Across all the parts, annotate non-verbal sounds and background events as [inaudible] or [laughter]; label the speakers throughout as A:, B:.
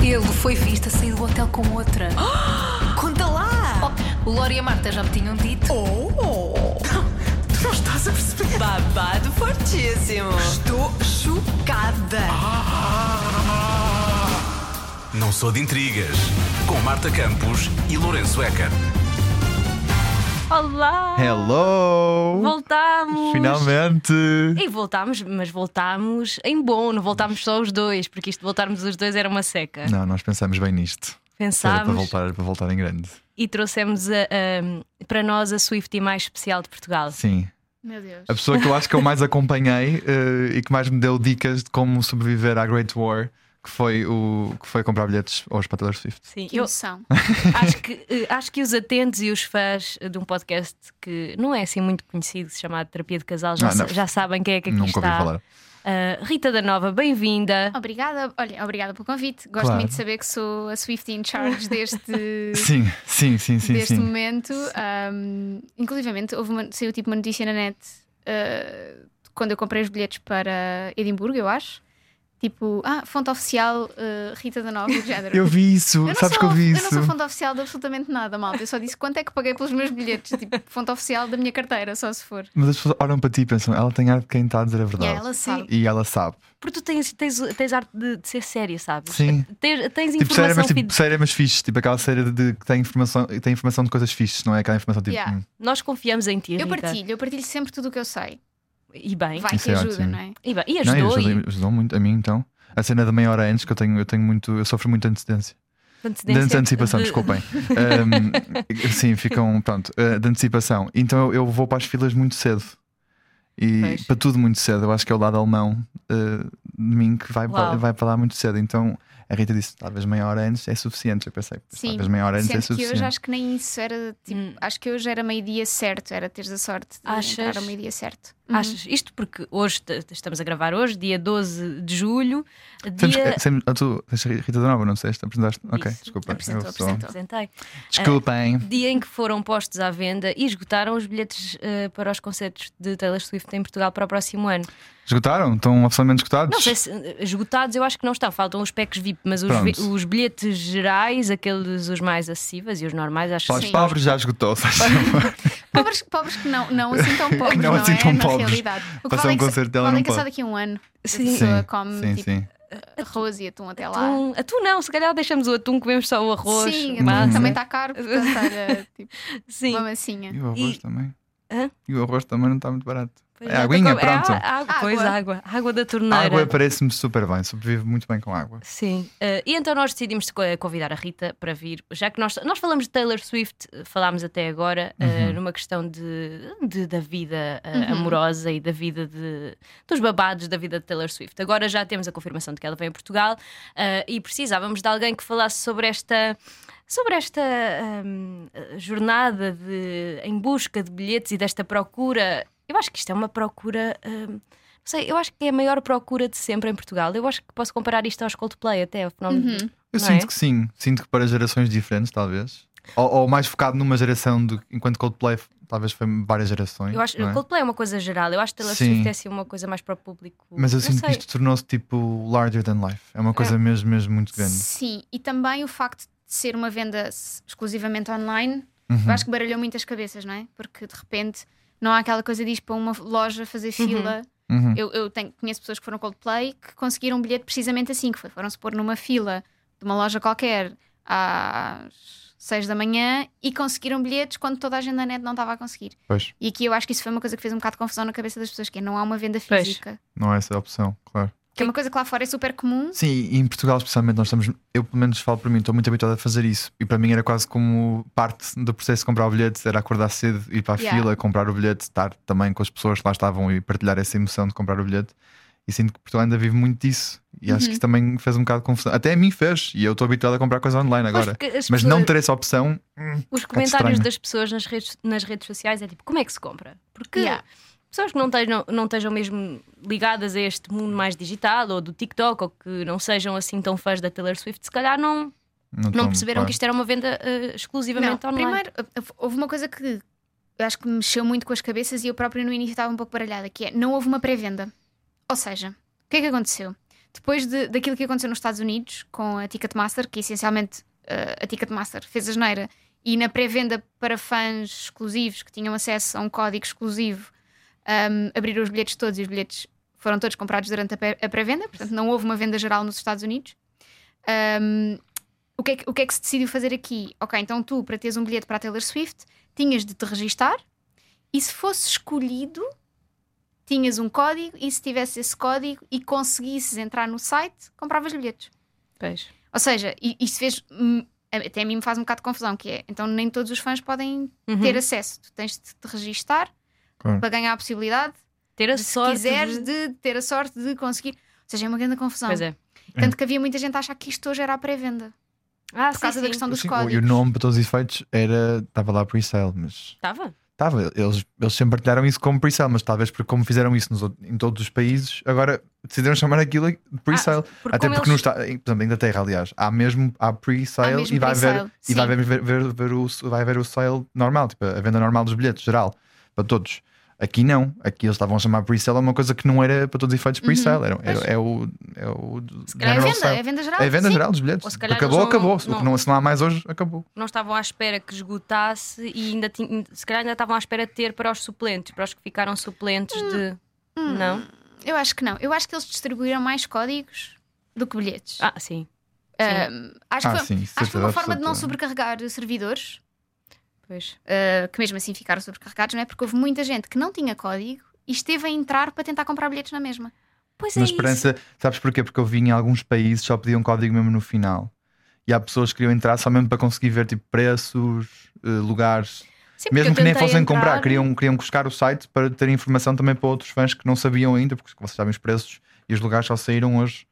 A: Ele foi visto a sair do hotel com outra.
B: [gasps] Conta lá!
A: Oh, o Lori e a Marta já me tinham dito.
B: Oh!
C: Tu não estás a perceber?
B: Babado fortíssimo!
C: Estou chocada.
D: Não sou de intrigas. Com Marta Campos e Lourenço Eker.
E: Olá!
F: Hello!
E: Voltámos!
F: Finalmente!
E: E voltámos, mas voltámos em bom, não voltámos só os dois, porque isto de voltarmos os dois era uma seca.
F: Não, nós pensámos bem nisto. Era para
E: Pensámos
F: voltar, era para voltar em grande.
E: e trouxemos a- a- para nós a Swiftie mais especial de Portugal.
F: Sim.
A: Meu Deus.
F: A pessoa que eu acho que eu mais acompanhei eh, e que mais me deu dicas de como sobreviver à Great War, que foi, o, que foi comprar bilhetes aos para Taylor Swift.
E: Sim,
A: Que
E: eu
A: emoção. [laughs]
E: acho que, eh, acho que os atentos e os fãs de um podcast que não é assim muito conhecido, chamado Terapia de Casal, já,
F: Ah, não.
E: já sabem quem é que aqui
F: Nunca ouvi
E: está.
F: falar.
E: Ah, Rita da Nova, bem-vinda.
A: Ah. Obrigada, olha, obrigada pelo convite. Gosto
F: Claro.
A: muito de saber que sou a Swift in charge deste,
F: [laughs] Sim, sim, sim, sim,
A: deste
F: sim.
A: momento. Um, inclusivamente, houve uma, saiu tipo uma notícia na net uh, quando eu comprei os bilhetes para Edimburgo, eu acho. Tipo, ah, fonte oficial uh, Rita
F: [laughs]
A: da Nova, do género.
F: Eu vi isso,
A: Eu não
F: sabes
A: sou,
F: que eu vi
A: não
F: isso.
A: sou fonte oficial de absolutamente nada, malta. Eu só disse quanto é que paguei pelos meus bilhetes. Tipo, fonte oficial da minha carteira, só se for.
F: Mas as pessoas olham para ti e pensam, ela tem ar de quem está a dizer a
A: E
F: verdade.
A: aí ela sabe.
F: E ela sabe.
E: Porque tu tens, tens, tens arte de, de ser séria, sabes?
F: Sim.
E: Tens, tens
F: Tipo, séria,
E: informação
F: mas, tipo,
E: fide-
F: séria, mas fixe. Tipo aquela série de, de- que tem informação, tem informação de coisas fixes, não é aquela informação tipo.
A: Yeah.
F: hum.
E: Nós confiamos em ti,
A: Eu
E: Rita.
A: partilho, eu partilho sempre tudo o que eu sei.
E: E bem.
A: Vai
F: Isso
A: que
F: é
A: ajuda,
F: ótimo.
A: não é?
E: E, bem, e
F: Não,
E: ajudou.
F: eles
E: e-
F: ajudam, ajudam muito a mim, então. A cena da meia hora antes, que eu tenho, eu tenho muito, eu sofro muito de antecedência. De
E: antecedência
F: ante- antecipação,
E: de-
F: desculpem. Ahm, sim, ficam, pronto, ah, de antecipação. Então eu, eu vou para as filas muito cedo. E
E: Pois.
F: para tudo muito cedo. Eu acho que é o lado alemão ah, de mim que vai, para,
E: Uau.
F: vai para lá muito cedo. Então a Rita disse: talvez meia hora antes é suficiente. Eu pensei:
A: Sim,
F: talvez meia hora antes é
A: Sendo que
F: suficiente.
A: hoje acho que nem isso era tipo.
E: Hum.
A: Acho que hoje era meio-dia certo, era teres a sorte de
E: Achas?
A: entrar ao meio-dia certo. Uhum.
E: Achas? Isto porque hoje t- t- estamos a gravar hoje, dia 12 de julho,
F: Sempre,
E: dia.
F: sempre- ah, tu tens a Rita da Nova, não disseste? Apresentaste? Ok,
E: Isso, É.
F: desculpa.
A: apresentou,
F: eu sou-
A: apresentou.
E: Apresentei.
F: Desculpem.
E: Dia em que foram postos à venda e esgotaram os bilhetes eh, para os concertos de Taylor Swift em Portugal para o próximo ano.
F: Esgotaram? Estão absolutamente esgotados?
E: Não sei se eh, esgotados, eu acho que não estão. Faltam os packs VIP, mas os,
F: Pronto.
E: vi- os bilhetes gerais, aqueles os mais acessíveis e os normais, acho
F: Para
E: que
F: os
A: Sim.
F: pobres já esgotou, sabes?
A: Uhum. Pobres, pobres que não, não
F: [laughs]
A: assim tão pobres, não,
F: Não assim tão
A: é? Na
F: pobres.
A: realidade. O que
F: Passar
A: vale
F: um
A: é que,
F: concerto dela
A: vale é
F: não
A: que é só
F: pode.
A: daqui a um ano.
E: Sim.
A: A pessoa
E: Uhum,
A: come
F: sim,
A: tipo,
F: sim.
A: arroz e atum até lá.
E: Atum, atum não, se calhar deixamos o atum, comemos só o arroz.
A: Sim,
E: massa.
A: também
F: Uhum.
A: está
E: [laughs]
A: caro, portanto, olha, tipo,
E: Sim.
A: uma massinha.
F: E o arroz
E: E-
F: também.
E: Hã?
F: E o arroz também não está muito barato.
E: Pois
F: é
E: já
F: aguinha,
E: tem como-
F: pronto.
E: É, a- água,
A: Água.
E: Pois, água. Água da
F: A
E: torneira.
F: água parece-me super bem, sobrevive muito bem com água.
E: Sim. Eh, e então nós decidimos co- convidar a Rita para vir, já que nós, nós falamos de Taylor Swift, eh, falámos até agora,
F: Uhum.
E: eh, numa questão de, de- da vida eh, amorosa e da vida de, dos babados da vida de Taylor Swift. Agora já temos a confirmação de que ela vem a Portugal eh, e precisávamos de alguém que falasse sobre esta. Sobre esta hum, eh, jornada de, em busca de bilhetes e desta procura, eu acho que isto é uma procura hum, não sei, eu acho que é a maior procura de sempre em Portugal. Eu acho que posso comparar isto aos Coldplay até ao fenómeno.
A: Uhum.
F: Eu
E: Não
F: sinto
E: é?
F: que sim, sinto que para gerações diferentes, talvez. Ou, ou mais focado numa geração, do, enquanto Coldplay talvez foi várias gerações.
E: Eu acho,
F: não é?
E: Coldplay é uma coisa geral. Eu acho que Taylor
F: Sim.
E: Swift é assim uma coisa mais para o público.
F: Mas eu
E: não
F: sinto
E: sei.
F: que isto tornou-se tipo larger than life. É uma coisa mesmo, mesmo muito grande.
A: Sim, e também o facto de ser uma venda s- exclusivamente online,
F: Uhum.
A: eu acho que baralhou muitas cabeças, não é? Porque de repente não há aquela coisa de ir para uma loja fazer fila.
F: Uhum.
A: Eu, eu tenho, conheço pessoas que foram ao Coldplay que conseguiram um bilhete precisamente assim, que foi, foram-se pôr numa fila de uma loja qualquer às 6 da manhã e conseguiram bilhetes quando toda a gente da net não estava a conseguir.
F: Pois,
A: E aqui eu acho que isso foi uma coisa que fez um bocado de confusão na cabeça das pessoas, que é não há uma venda
E: Pois.
A: física.
F: não é essa a opção, claro.
A: Que é uma coisa que lá fora é super comum.
F: Sim, e em Portugal, especialmente, nós estamos, eu pelo menos falo para mim, estou muito habituado a fazer isso. E para mim era quase como parte do processo de comprar o bilhete, era acordar cedo, ir para a
A: Yeah.
F: fila, comprar o bilhete, estar também com as pessoas que lá estavam e partilhar essa emoção de comprar o bilhete. E sinto que Portugal ainda vive muito disso. E
E: Uhum.
F: acho que isso também fez um bocado de confusão. Até a mim fez, e eu estou habituado a comprar coisa online
E: Pois,
F: agora.
E: porque as
F: Mas
E: pessoas-
F: não ter essa opção, hum,
E: os
F: bocado
E: comentários
F: estranho.
E: das pessoas nas redes, nas redes sociais é tipo: como é que se compra? Porque
A: Yeah.
E: pessoas que não estejam, não estejam mesmo ligadas a este mundo mais digital ou do TikTok ou que não sejam assim tão fãs da Taylor Swift, se calhar não,
F: não,
E: não
F: tomo,
E: perceberam
F: Então, claro.
E: que isto era uma venda eh, exclusivamente
A: Não,
E: online.
A: primeiro, houve uma coisa que eu acho que me mexeu muito com as cabeças e eu própria no início estava um pouco baralhada, que é não houve uma pré-venda. Ou seja, o que é que aconteceu? depois de, daquilo que aconteceu nos Estados Unidos com a Ticketmaster, que essencialmente eh, a Ticketmaster fez a geneira e na pré-venda para fãs exclusivos que tinham acesso a um código exclusivo um, abriram os bilhetes todos e os bilhetes foram todos comprados durante a pré- a pré-venda, portanto não houve uma venda geral nos Estados Unidos. Um, o, que é que, o que é que se decidiu fazer aqui? Ok, então tu, para teres um bilhete para a Taylor Swift, tinhas de te registar e se fosse escolhido, tinhas um código e se tivesse esse código e conseguisses entrar no site, compravas bilhetes.
E: Pois.
A: Ou seja, i- isto fez. hum, Até a mim me faz um bocado de confusão, que é então nem todos os fãs podem
E: Uhum.
A: ter
E: Ter,
A: acesso. Tu tens de te registar
F: Claro.
A: para ganhar a possibilidade,
E: a
A: de, se
E: sorte.
A: quiseres,
E: de-
A: de ter a sorte de conseguir. Ou seja, é uma grande confusão.
E: Pois é.
F: Uhum.
A: Tanto que havia muita gente a achar que isto hoje era à pré-venda,
E: Ah,
A: por causa da questão dos
F: Sim, o-
A: códigos.
F: e o nome para todos os efeitos era. Estava lá pre-sale, mas.
E: Estava?
F: Estava, eles, eles sempre partilharam isso como pre-sale, mas talvez porque como fizeram isso nos outros- em todos os países, agora decidiram chamar aquilo de pre-sale.
E: Ah,
A: Ah,
E: porque
F: Até
E: como
F: porque
E: eles-
F: no Estado, em- por exemplo, em Inglaterra, aliás, há mesmo há
A: Há
F: pre-sale
A: mesmo
F: e vai haver
A: pre-sale,
F: e vai haver, ver, ver- ver o, vai haver o sale normal, tipo a venda normal dos bilhetes, geral, para todos. Aqui não, aqui eles estavam a chamar pre-sale a uma coisa que não era para todos os efeitos
A: Uhum.
F: pre-sale, era, era- é o é o
A: É a
F: general
A: venda,
F: sale.
A: é a venda geral.
F: É a venda
A: sim.
F: geral dos bilhetes.
E: Ou se
F: Porque
E: calhar
F: acabou,
E: eles não-
F: acabou. Se
E: não-
F: não- se não há mais hoje, acabou.
E: não estavam à espera que esgotasse e ainda tin- se calhar ainda estavam à espera de ter para os suplentes, para os que ficaram suplentes de. Não?
A: Eu acho que não. Eu acho que eles distribuíram mais códigos do que bilhetes.
E: Ah, sim. Eh,
A: Ahm, acho, que
F: Ah,
A: foi,
F: sim,
A: acho que foi uma
F: certeza
A: forma de não
F: absoluta.
A: sobrecarregar servidores,
E: Pois.
A: ah, que mesmo assim ficaram sobrecarregados, não é? Porque houve muita gente que não tinha código e esteve a entrar para tentar comprar bilhetes na mesma.
E: Pois
F: Na
E: é
F: esperança, sabes porquê? Porque eu vi em alguns países só pediam código mesmo no final. E há pessoas que queriam entrar só mesmo para conseguir ver tipo preços, eh, lugares.
E: isso. Sim, porque
F: Mesmo
E: eu
F: que nem
E: tentei
F: fossem
E: entrar-
F: comprar, queriam, queriam buscar o site para ter informação também para outros fãs que não sabiam ainda, porque como vocês sabem os preços e os lugares só saíram hoje.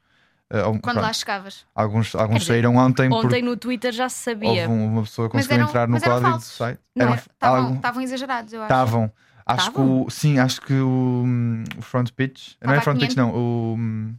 F: eh, ou-
A: Quando lá
F: pronto,
A: chegavas.
F: alguns
E: Quer
F: alguns
E: dizer,
F: saíram ontem,
E: Ontem
F: porque
E: no Twitter já se sabia.
F: houve um- uma pessoa que
A: Mas
F: conseguiu
A: eram-
F: entrar no
A: mas eram
F: código do
A: falsos.
F: site.
A: Não
F: Eram-
A: era- Estavam
F: algum-
A: estavam exagerados, eu acho.
F: Estavam. Acho que
E: Estavam?
F: o. Sim, acho que o, hum, o front pitch. Não
A: Estava
F: é
A: a
F: front pitch,
A: 500.
F: não. O. hum,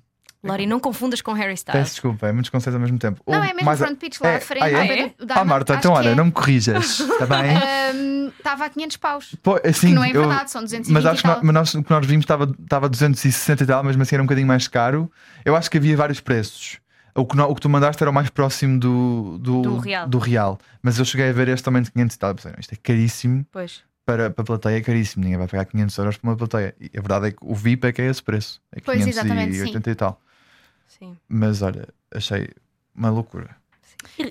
E: Lori, não confundas com Harry
F: Peço
E: Styles.
F: desculpa, é muitos conceitos ao mesmo tempo.
A: Tá. Não,
F: O-
A: é mesmo
F: mais a-
A: front pitch lá
F: é-
A: à frente.
F: ah, é?
A: ao pé do- da
F: Ah, Marta,
A: Acho
F: então
A: que
F: olha,
A: é.
F: não me corrijas,
A: [laughs]
F: está bem?
A: Ahm, Estava a 500 paus.
F: Pô, assim,
A: que não é
F: eu-
A: verdade, são 220
F: mas acho
A: e
F: que nós,
A: tal.
F: mas nós- o que nós vimos estava estava 260 e tal, mesmo assim era um bocadinho mais caro. Eu acho que havia vários preços. O que, no- o que tu mandaste era o mais próximo do, do,
E: Do real.
F: real. Mas eu cheguei a ver este também de 500 e tal. Eu Pensei, não, isto é caríssimo
E: Pois.
F: para, para a plateia, é caríssimo. Ninguém vai pagar 500 euros por uma plateia. E a verdade é que o VIP é que é esse preço. É
A: Pois,
F: 580 e tal.
E: Sim.
F: Mas olha, achei uma loucura.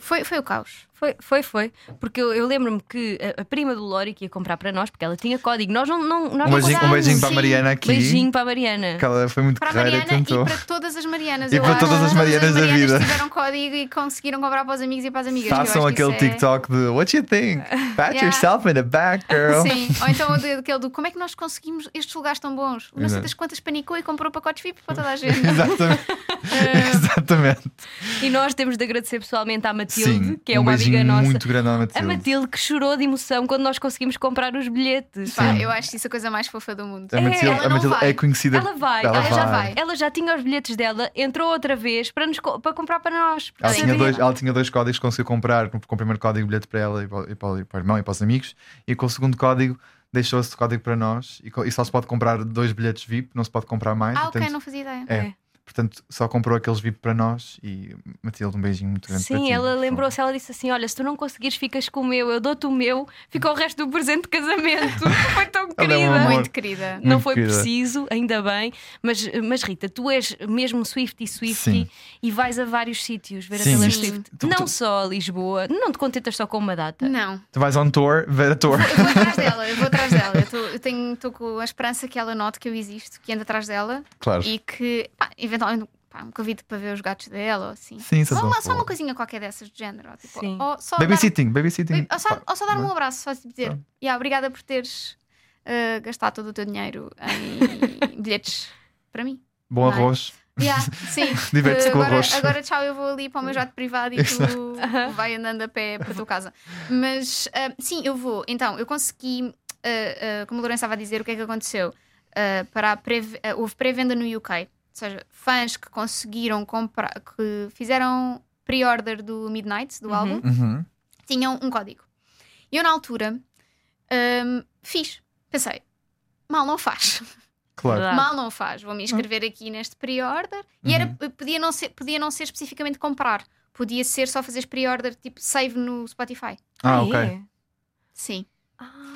A: Foi, foi o caos.
E: Foi, foi, foi. Porque eu, eu lembro-me que a, a prima do Lori que ia comprar para nós, porque ela tinha código. Nós não. não nós
F: Um
E: não
F: beijinho, um
E: comprámos.
F: beijinho para a
A: sim.
F: Mariana aqui.
E: Beijinho para a Mariana.
F: Que ela foi muito
A: Para a
F: carreira e
A: Mariana e
F: tentou.
A: para todas as Marianas.
F: E
A: eu
F: para
A: acho.
F: todas as Marianas da vida.
A: que tiveram código e conseguiram comprar para os amigos e para as amigas. que eu
F: Façam
A: acho que
F: aquele
A: isso é-
F: TikTok de What you
A: [laughs]
F: think? Pat
A: Yeah.
F: yourself in the back, girl.
A: Sim, ou então o de- aquele do como é que nós conseguimos estes lugares tão bons? O não sei
F: Exato.
A: das quantas panicou e comprou pacotes VIP para toda a gente.
F: [laughs] Exatamente.
A: É.
F: Exatamente.
E: E nós temos de agradecer pessoalmente à Matilde,
F: Sim.
E: que é
F: um
E: uma
F: beijinho
E: amiga nossa.
F: muito grande
A: É,
F: à
E: A
F: Matilde.
E: Matilde que chorou de emoção quando nós conseguimos comprar os bilhetes.
A: Pá, eu acho isso a coisa mais fofa do mundo.
F: A Matilde,
E: ela
F: a
A: não
F: Matilde
A: vai.
F: é conhecida.
E: Ela vai,
F: Ela
E: ela, já
A: vai.
E: vai. Ela já tinha os bilhetes dela, entrou outra vez para, nos, co- para comprar para nós. porque
F: Ela
A: Sim.
F: tinha,
E: sabia.
F: dois, ela tinha dois códigos que conseguiu comprar com o primeiro código bilhete para ela e para, o- e para o- e para o irmão e para os amigos e com o segundo código deixou esse código para nós e, co- e só se pode comprar dois bilhetes VIP não se pode comprar mais
A: Ah, ok,
F: portanto,
A: não fazia ideia.
F: É.
E: É.
F: Portanto, só comprou aqueles VIP para nós e Matilde, um beijinho muito grande. para
E: Sim,
F: ti,
E: ela
F: por
E: lembrou-se, ela disse assim: Olha, se tu não conseguires, ficas com o meu, eu dou-te o meu, fica o resto do presente de
F: [laughs]
E: casamento. Foi tão
F: Ela
E: querida.
F: é um amor.
A: Muito querida.
E: Não
F: Muito
E: foi
F: querida.
E: preciso, ainda bem. Mas, mas Rita, tu és mesmo Swift e Swifty
F: Sim.
E: e vais a vários sítios ver
F: Sim.
E: a Taylor
F: Sim.
E: Swift.
F: Tu-
E: não
F: tu-
E: só a Lisboa, não te contentas só com uma data.
A: Não.
F: favor. Tu vais on tour, ver a
A: [laughs]
F: tour. [laughs]
A: Eu vou atrás dela, eu vou atrás dela. Eu tô- Eu tenho estou com a esperança que ela note que eu existo, que ando atrás dela
F: Claro.
A: e que pá, eventualmente pá, me convide para ver os gatos dela ou assim.
F: Sim, isso é
A: só, uma,
F: tão
A: só uma
F: fofo.
A: coisinha qualquer dessas do género. ou Tipo,
E: Sim.
A: ou só dar-
F: Babysitting, babysitting.
A: Ou só, ou só dar-me um
F: Pá, é?
A: abraço, só tipo dizer "Ya, obrigada por teres eh, gastado todo o teu dinheiro em [laughs] bilhetes para mim.
F: Bom
A: Não é?
F: arroz.
A: Ya,
F: [laughs]
A: sim.
F: Diverte-se
A: Eh,
F: com o
A: agora,
F: arroz.
A: agora tchau, eu vou ali para o meu jato privado e tu [laughs] vai andando a pé para a tua casa. Mas eh, sim, eu vou. Então, eu consegui, eh, eh, como a Lourenço estava a dizer, o que é que aconteceu? Eh, para a pré- eh, houve pré-venda no UK, ou seja, fãs que conseguiram comprar, que fizeram pre-order do Midnight, do
E: Uhum.
A: álbum,
F: Uhum.
A: tinham um código. eh, E eu, na altura, hum, fiz. Pensei, mal não faz.
F: Claro.
E: Verdade.
A: Mal não faz, vou-me inscrever aqui neste pre-order. E
F: Uhum.
A: era, eh, podia, não ser, podia não ser especificamente comprar, podia ser só fazeres pre-order, tipo save no Spotify.
F: Ah,
E: Ah,
F: ok.
E: é?
A: Sim,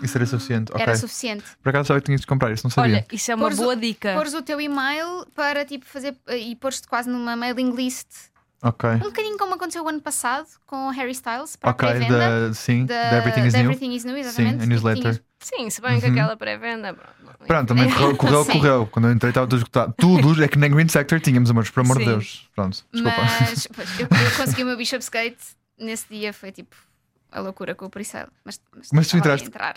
F: Isso era suficiente. Ok.
A: era suficiente.
F: Por acaso já tinhas de comprar isso, não sabia.
E: Olha, isso é uma
A: Pôres o-
E: boa dica.
A: Pôres o teu e-mail para tipo fazer e pôres-te quase numa mailing list.
F: ok.
A: Um bocadinho como aconteceu o ano passado com o Harry Styles para a
F: Ok,
A: pré-venda.
F: da, sim,
A: da-
F: da Everything is
A: da
F: New.
A: Everything is New,
F: Sim,
A: exatamente.
F: a
A: E
F: newsletter.
A: tinhas-
E: Sim, se
F: Uhum.
E: bem que aquela pré-venda. pronto.
F: Pronto, também
A: [laughs]
F: correu, correu,
A: Sim.
F: correu. Quando eu entrei estava tudo esgotado.
A: [laughs]
F: Tudo, é que nem Green Sector tínhamos, amores, pelo amor de
E: Sim.
F: Deus. Pronto, desculpa. [laughs]
A: Mas pois, eu, eu consegui o meu Bishop's Gate nesse dia, foi tipo a loucura com o Priscila. Mas, mas,
F: Mas tu
A: estava a
F: entraste-
A: entrar.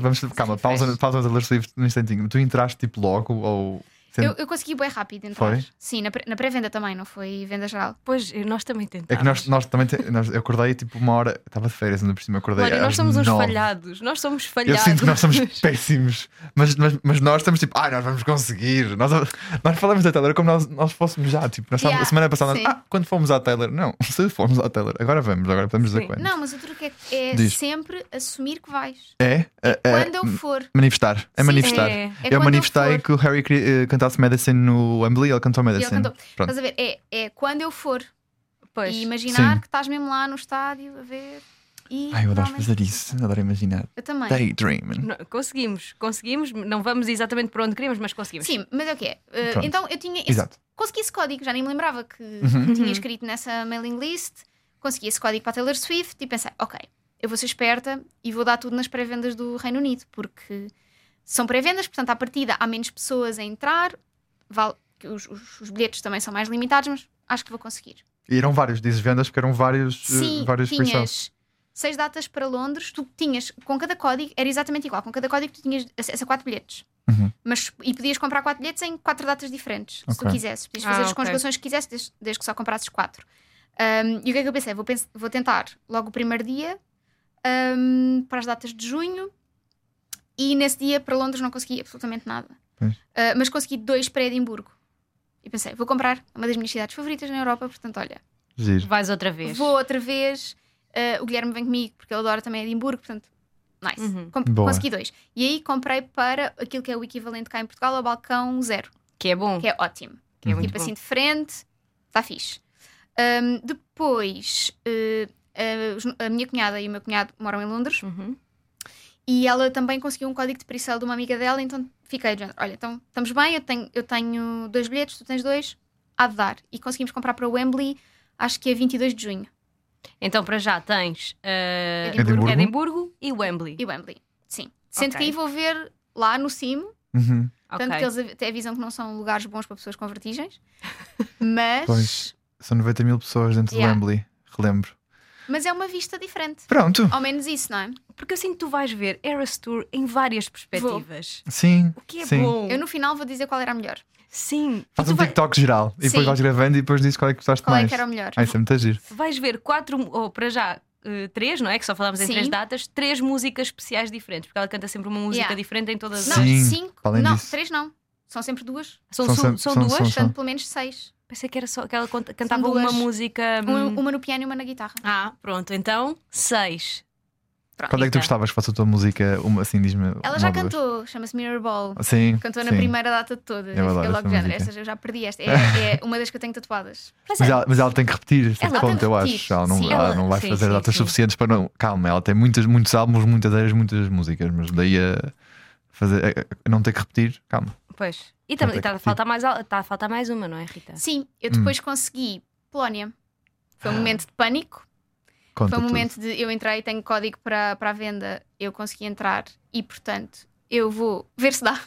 F: Vamos, calma,
A: Sim, fez.
F: pausa, pausa a Taylor Swift um instantinho. Tu entraste tipo logo ou. sendo-
A: Eu, eu consegui bem rápido entrar.
F: Foi?
A: Sim, na, pré- na pré-venda também, não foi venda geral.
E: Pois, eh, nós também tentamos.
F: É que nós, nós também. te- nós- eu acordei tipo uma hora. Estava de férias, ainda por cima. eu Acordei.
E: Olha, nós
F: às
E: somos uns
F: nove.
E: falhados. Nós somos
F: é Eu
E: falhados.
F: sinto que nós somos
A: [laughs]
F: péssimos. Mas, mas, mas nós estamos tipo, ai, nós vamos conseguir. Nós, nós falamos da Taylor como nós, nós fôssemos já. Tipo, nós estávamos-
A: Yeah,
F: a semana passada, nós,
A: sim.
F: ah, quando fomos à Taylor. Não, [laughs] se fomos à Taylor. Agora vamos, agora vamos dizer
E: Sim.
F: quando.
A: Não, mas o truque é, é
F: Diz.
A: sempre assumir que vais.
F: É, é, é
A: Quando eu for.
F: manifestar. É
A: Sim,
F: manifestar.
E: é. É
A: quando
F: eu
A: eu
F: manifestei
A: for.
F: que o Harry queria, eh, cantasse Medicine no Wembley ele cantou
A: E
F: Medicine.
A: ele cantou.
F: Pronto.
A: Estás a ver? É, é quando eu for.
E: [laughs] Pois.
A: E imaginar
F: Sim.
A: que estás mesmo lá no estádio a ver. E
F: Ai, eu adoro
A: realmente-
F: fazer isso. Tá, Adoro imaginar.
A: Eu também.
F: Daydreaming.
E: Não, Conseguimos, conseguimos. Não vamos exatamente para onde queríamos, mas conseguimos.
A: Sim, mas é o que é. Uh,
F: Pronto.
A: Então eu tinha. Esse,
F: Exato. Uhum.
A: Consegui esse código, já nem me lembrava que tinha escrito nessa mailing list. Consegui esse código para a Taylor Swift e pensei, ok, eu vou ser esperta e vou dar tudo nas pré-vendas do Reino Unido, porque são pré-vendas, portanto, à partida há menos pessoas a entrar, vale- que os, os- os bilhetes também são mais limitados, mas acho que vou conseguir.
F: E eram vários, dizes vendas, porque eram vários, eh,
A: Sim,
F: vários pre-sales.
A: tinhas seis datas para Londres, tu tinhas, com cada código, era exatamente igual, com cada código tu tinhas acesso a quatro bilhetes.
F: Uhum.
A: Mas, e podias comprar quatro bilhetes em quatro datas diferentes, se tu
F: Ok.
A: quisesses. Podias
E: Ah,
A: fazer as
E: ok.
A: conjugações que quisesses, desde, desde que só comprasses quatro. Um, e o que é que eu pensei? Vou, pens- vou tentar logo o primeiro dia um, para as datas de junho. E nesse dia para Londres não consegui absolutamente nada.
F: Pois.
A: Uh, mas consegui dois para Edimburgo. E pensei, vou comprar é uma das minhas cidades favoritas na Europa, portanto, olha,
F: Giro.
E: Vais outra vez.
A: Vou outra vez. eh, o Guilherme vem comigo porque ele adora também Edimburgo, portanto, nice.
E: Uhum.
A: Com-
F: Boa.
A: consegui dois. E aí comprei para aquilo que é o equivalente cá em Portugal ao balcão zero,
E: Que é bom.
A: que é ótimo.
E: que é muito
A: tipo
E: bom.
A: assim de frente, está fixe. Ahm, depois, eh, eh, os- a minha cunhada e o meu cunhado moram em Londres
E: Uhum.
A: e ela também conseguiu um código de pre-sale de uma amiga dela, então fiquei, de género, olha, então estamos bem, eu tenho, eu tenho dois bilhetes, tu tens dois, há de dar. E conseguimos comprar para Wembley, acho que é 22 de junho.
E: Então, para já tens eh,
F: Edimburgo.
E: Edimburgo e Wembley.
A: E Wembley, sim. Sendo
E: Ok.
A: que aí vou ver lá no cimo,
F: Uhum.
E: Ok.
A: tanto que eles até avisam que não são lugares bons para pessoas com vertigens, [laughs] mas,
F: Pois. São 90 mil pessoas dentro
A: Yeah.
F: do Wembley, relembro.
A: mas é uma vista diferente.
F: Pronto.
A: Ao menos isso, não é?
E: Porque eu sinto que tu vais ver Eras Tour em várias perspectivas.
F: Sim.
E: O que é
F: sim.
E: bom.
A: Eu no final vou dizer qual era a melhor.
E: Sim.
F: Faz
E: E tu
F: um
E: vai-
F: TikTok geral e depois
A: Sim.
F: vais gravando e depois dizes qual é que gostaste
A: Qual é
F: mais.
A: que era o melhor?
F: Ah, isso é muito giro.
E: vais ver quatro, ou para já eh, três, não é? Que só falámos em
A: Sim.
E: três datas, três músicas especiais diferentes, porque ela canta sempre uma música
A: Yeah.
E: diferente em todas
A: Não,
E: as.
F: Sim,
A: cinco,
F: para além
A: não,
F: disso.
A: três não. São sempre duas,
E: São,
F: São
E: são-
F: sempre-
E: são
F: são-
E: duas?
F: são-
A: portanto, pelo menos seis.
E: Pensei que era só que ela conta- cantava
A: São
E: uma
A: duas.
E: música.
A: Uma,
E: hum,
A: uma no piano e uma na guitarra.
E: Ah, pronto, então seis.
F: Quando é que tu
E: Então.
F: gostavas que fosse a tua música, uma, assim, diz-me.
A: Ela
F: uma
A: já
F: ou duas. Ah,
A: cantou, chama-se Mirrorball.
F: Sim.
A: Cantou na
F: sim.
A: primeira data de todas.
F: Eu
A: Eu
F: adoro
A: fiquei
F: essa
A: logo de género.
F: música.
A: Estas eu já perdi esta.
F: [laughs]
A: É, é uma das que eu tenho tatuadas.
E: Mas
F: Mas
E: é-
F: ela, mas ela tem que repetir este
A: Ela tem
F: ponto,
A: que
F: eu
A: repetir.
F: acho. Ela não,
A: Sim.
F: ela
E: Ela-
F: não vai
E: sim,
F: fazer
E: sim,
F: datas
E: sim.
F: suficientes para não. Calma, ela tem muitas, muitos álbuns, muitas eras, muitas músicas, mas daí a fazer, a- a não ter que repetir, calma.
E: Pois. E
F: Não tem
E: também está
F: é que
E: a faltar mais al- tá a faltar mais uma, não é, Rita?
A: Sim, eu
F: Hum.
A: depois consegui Polónia. Foi um momento de pânico.
F: Ah, Conta
A: Foi um
F: tudo.
A: momento de eu entrei, tenho código para, para a venda, eu consegui entrar e, portanto, eu vou ver se dá.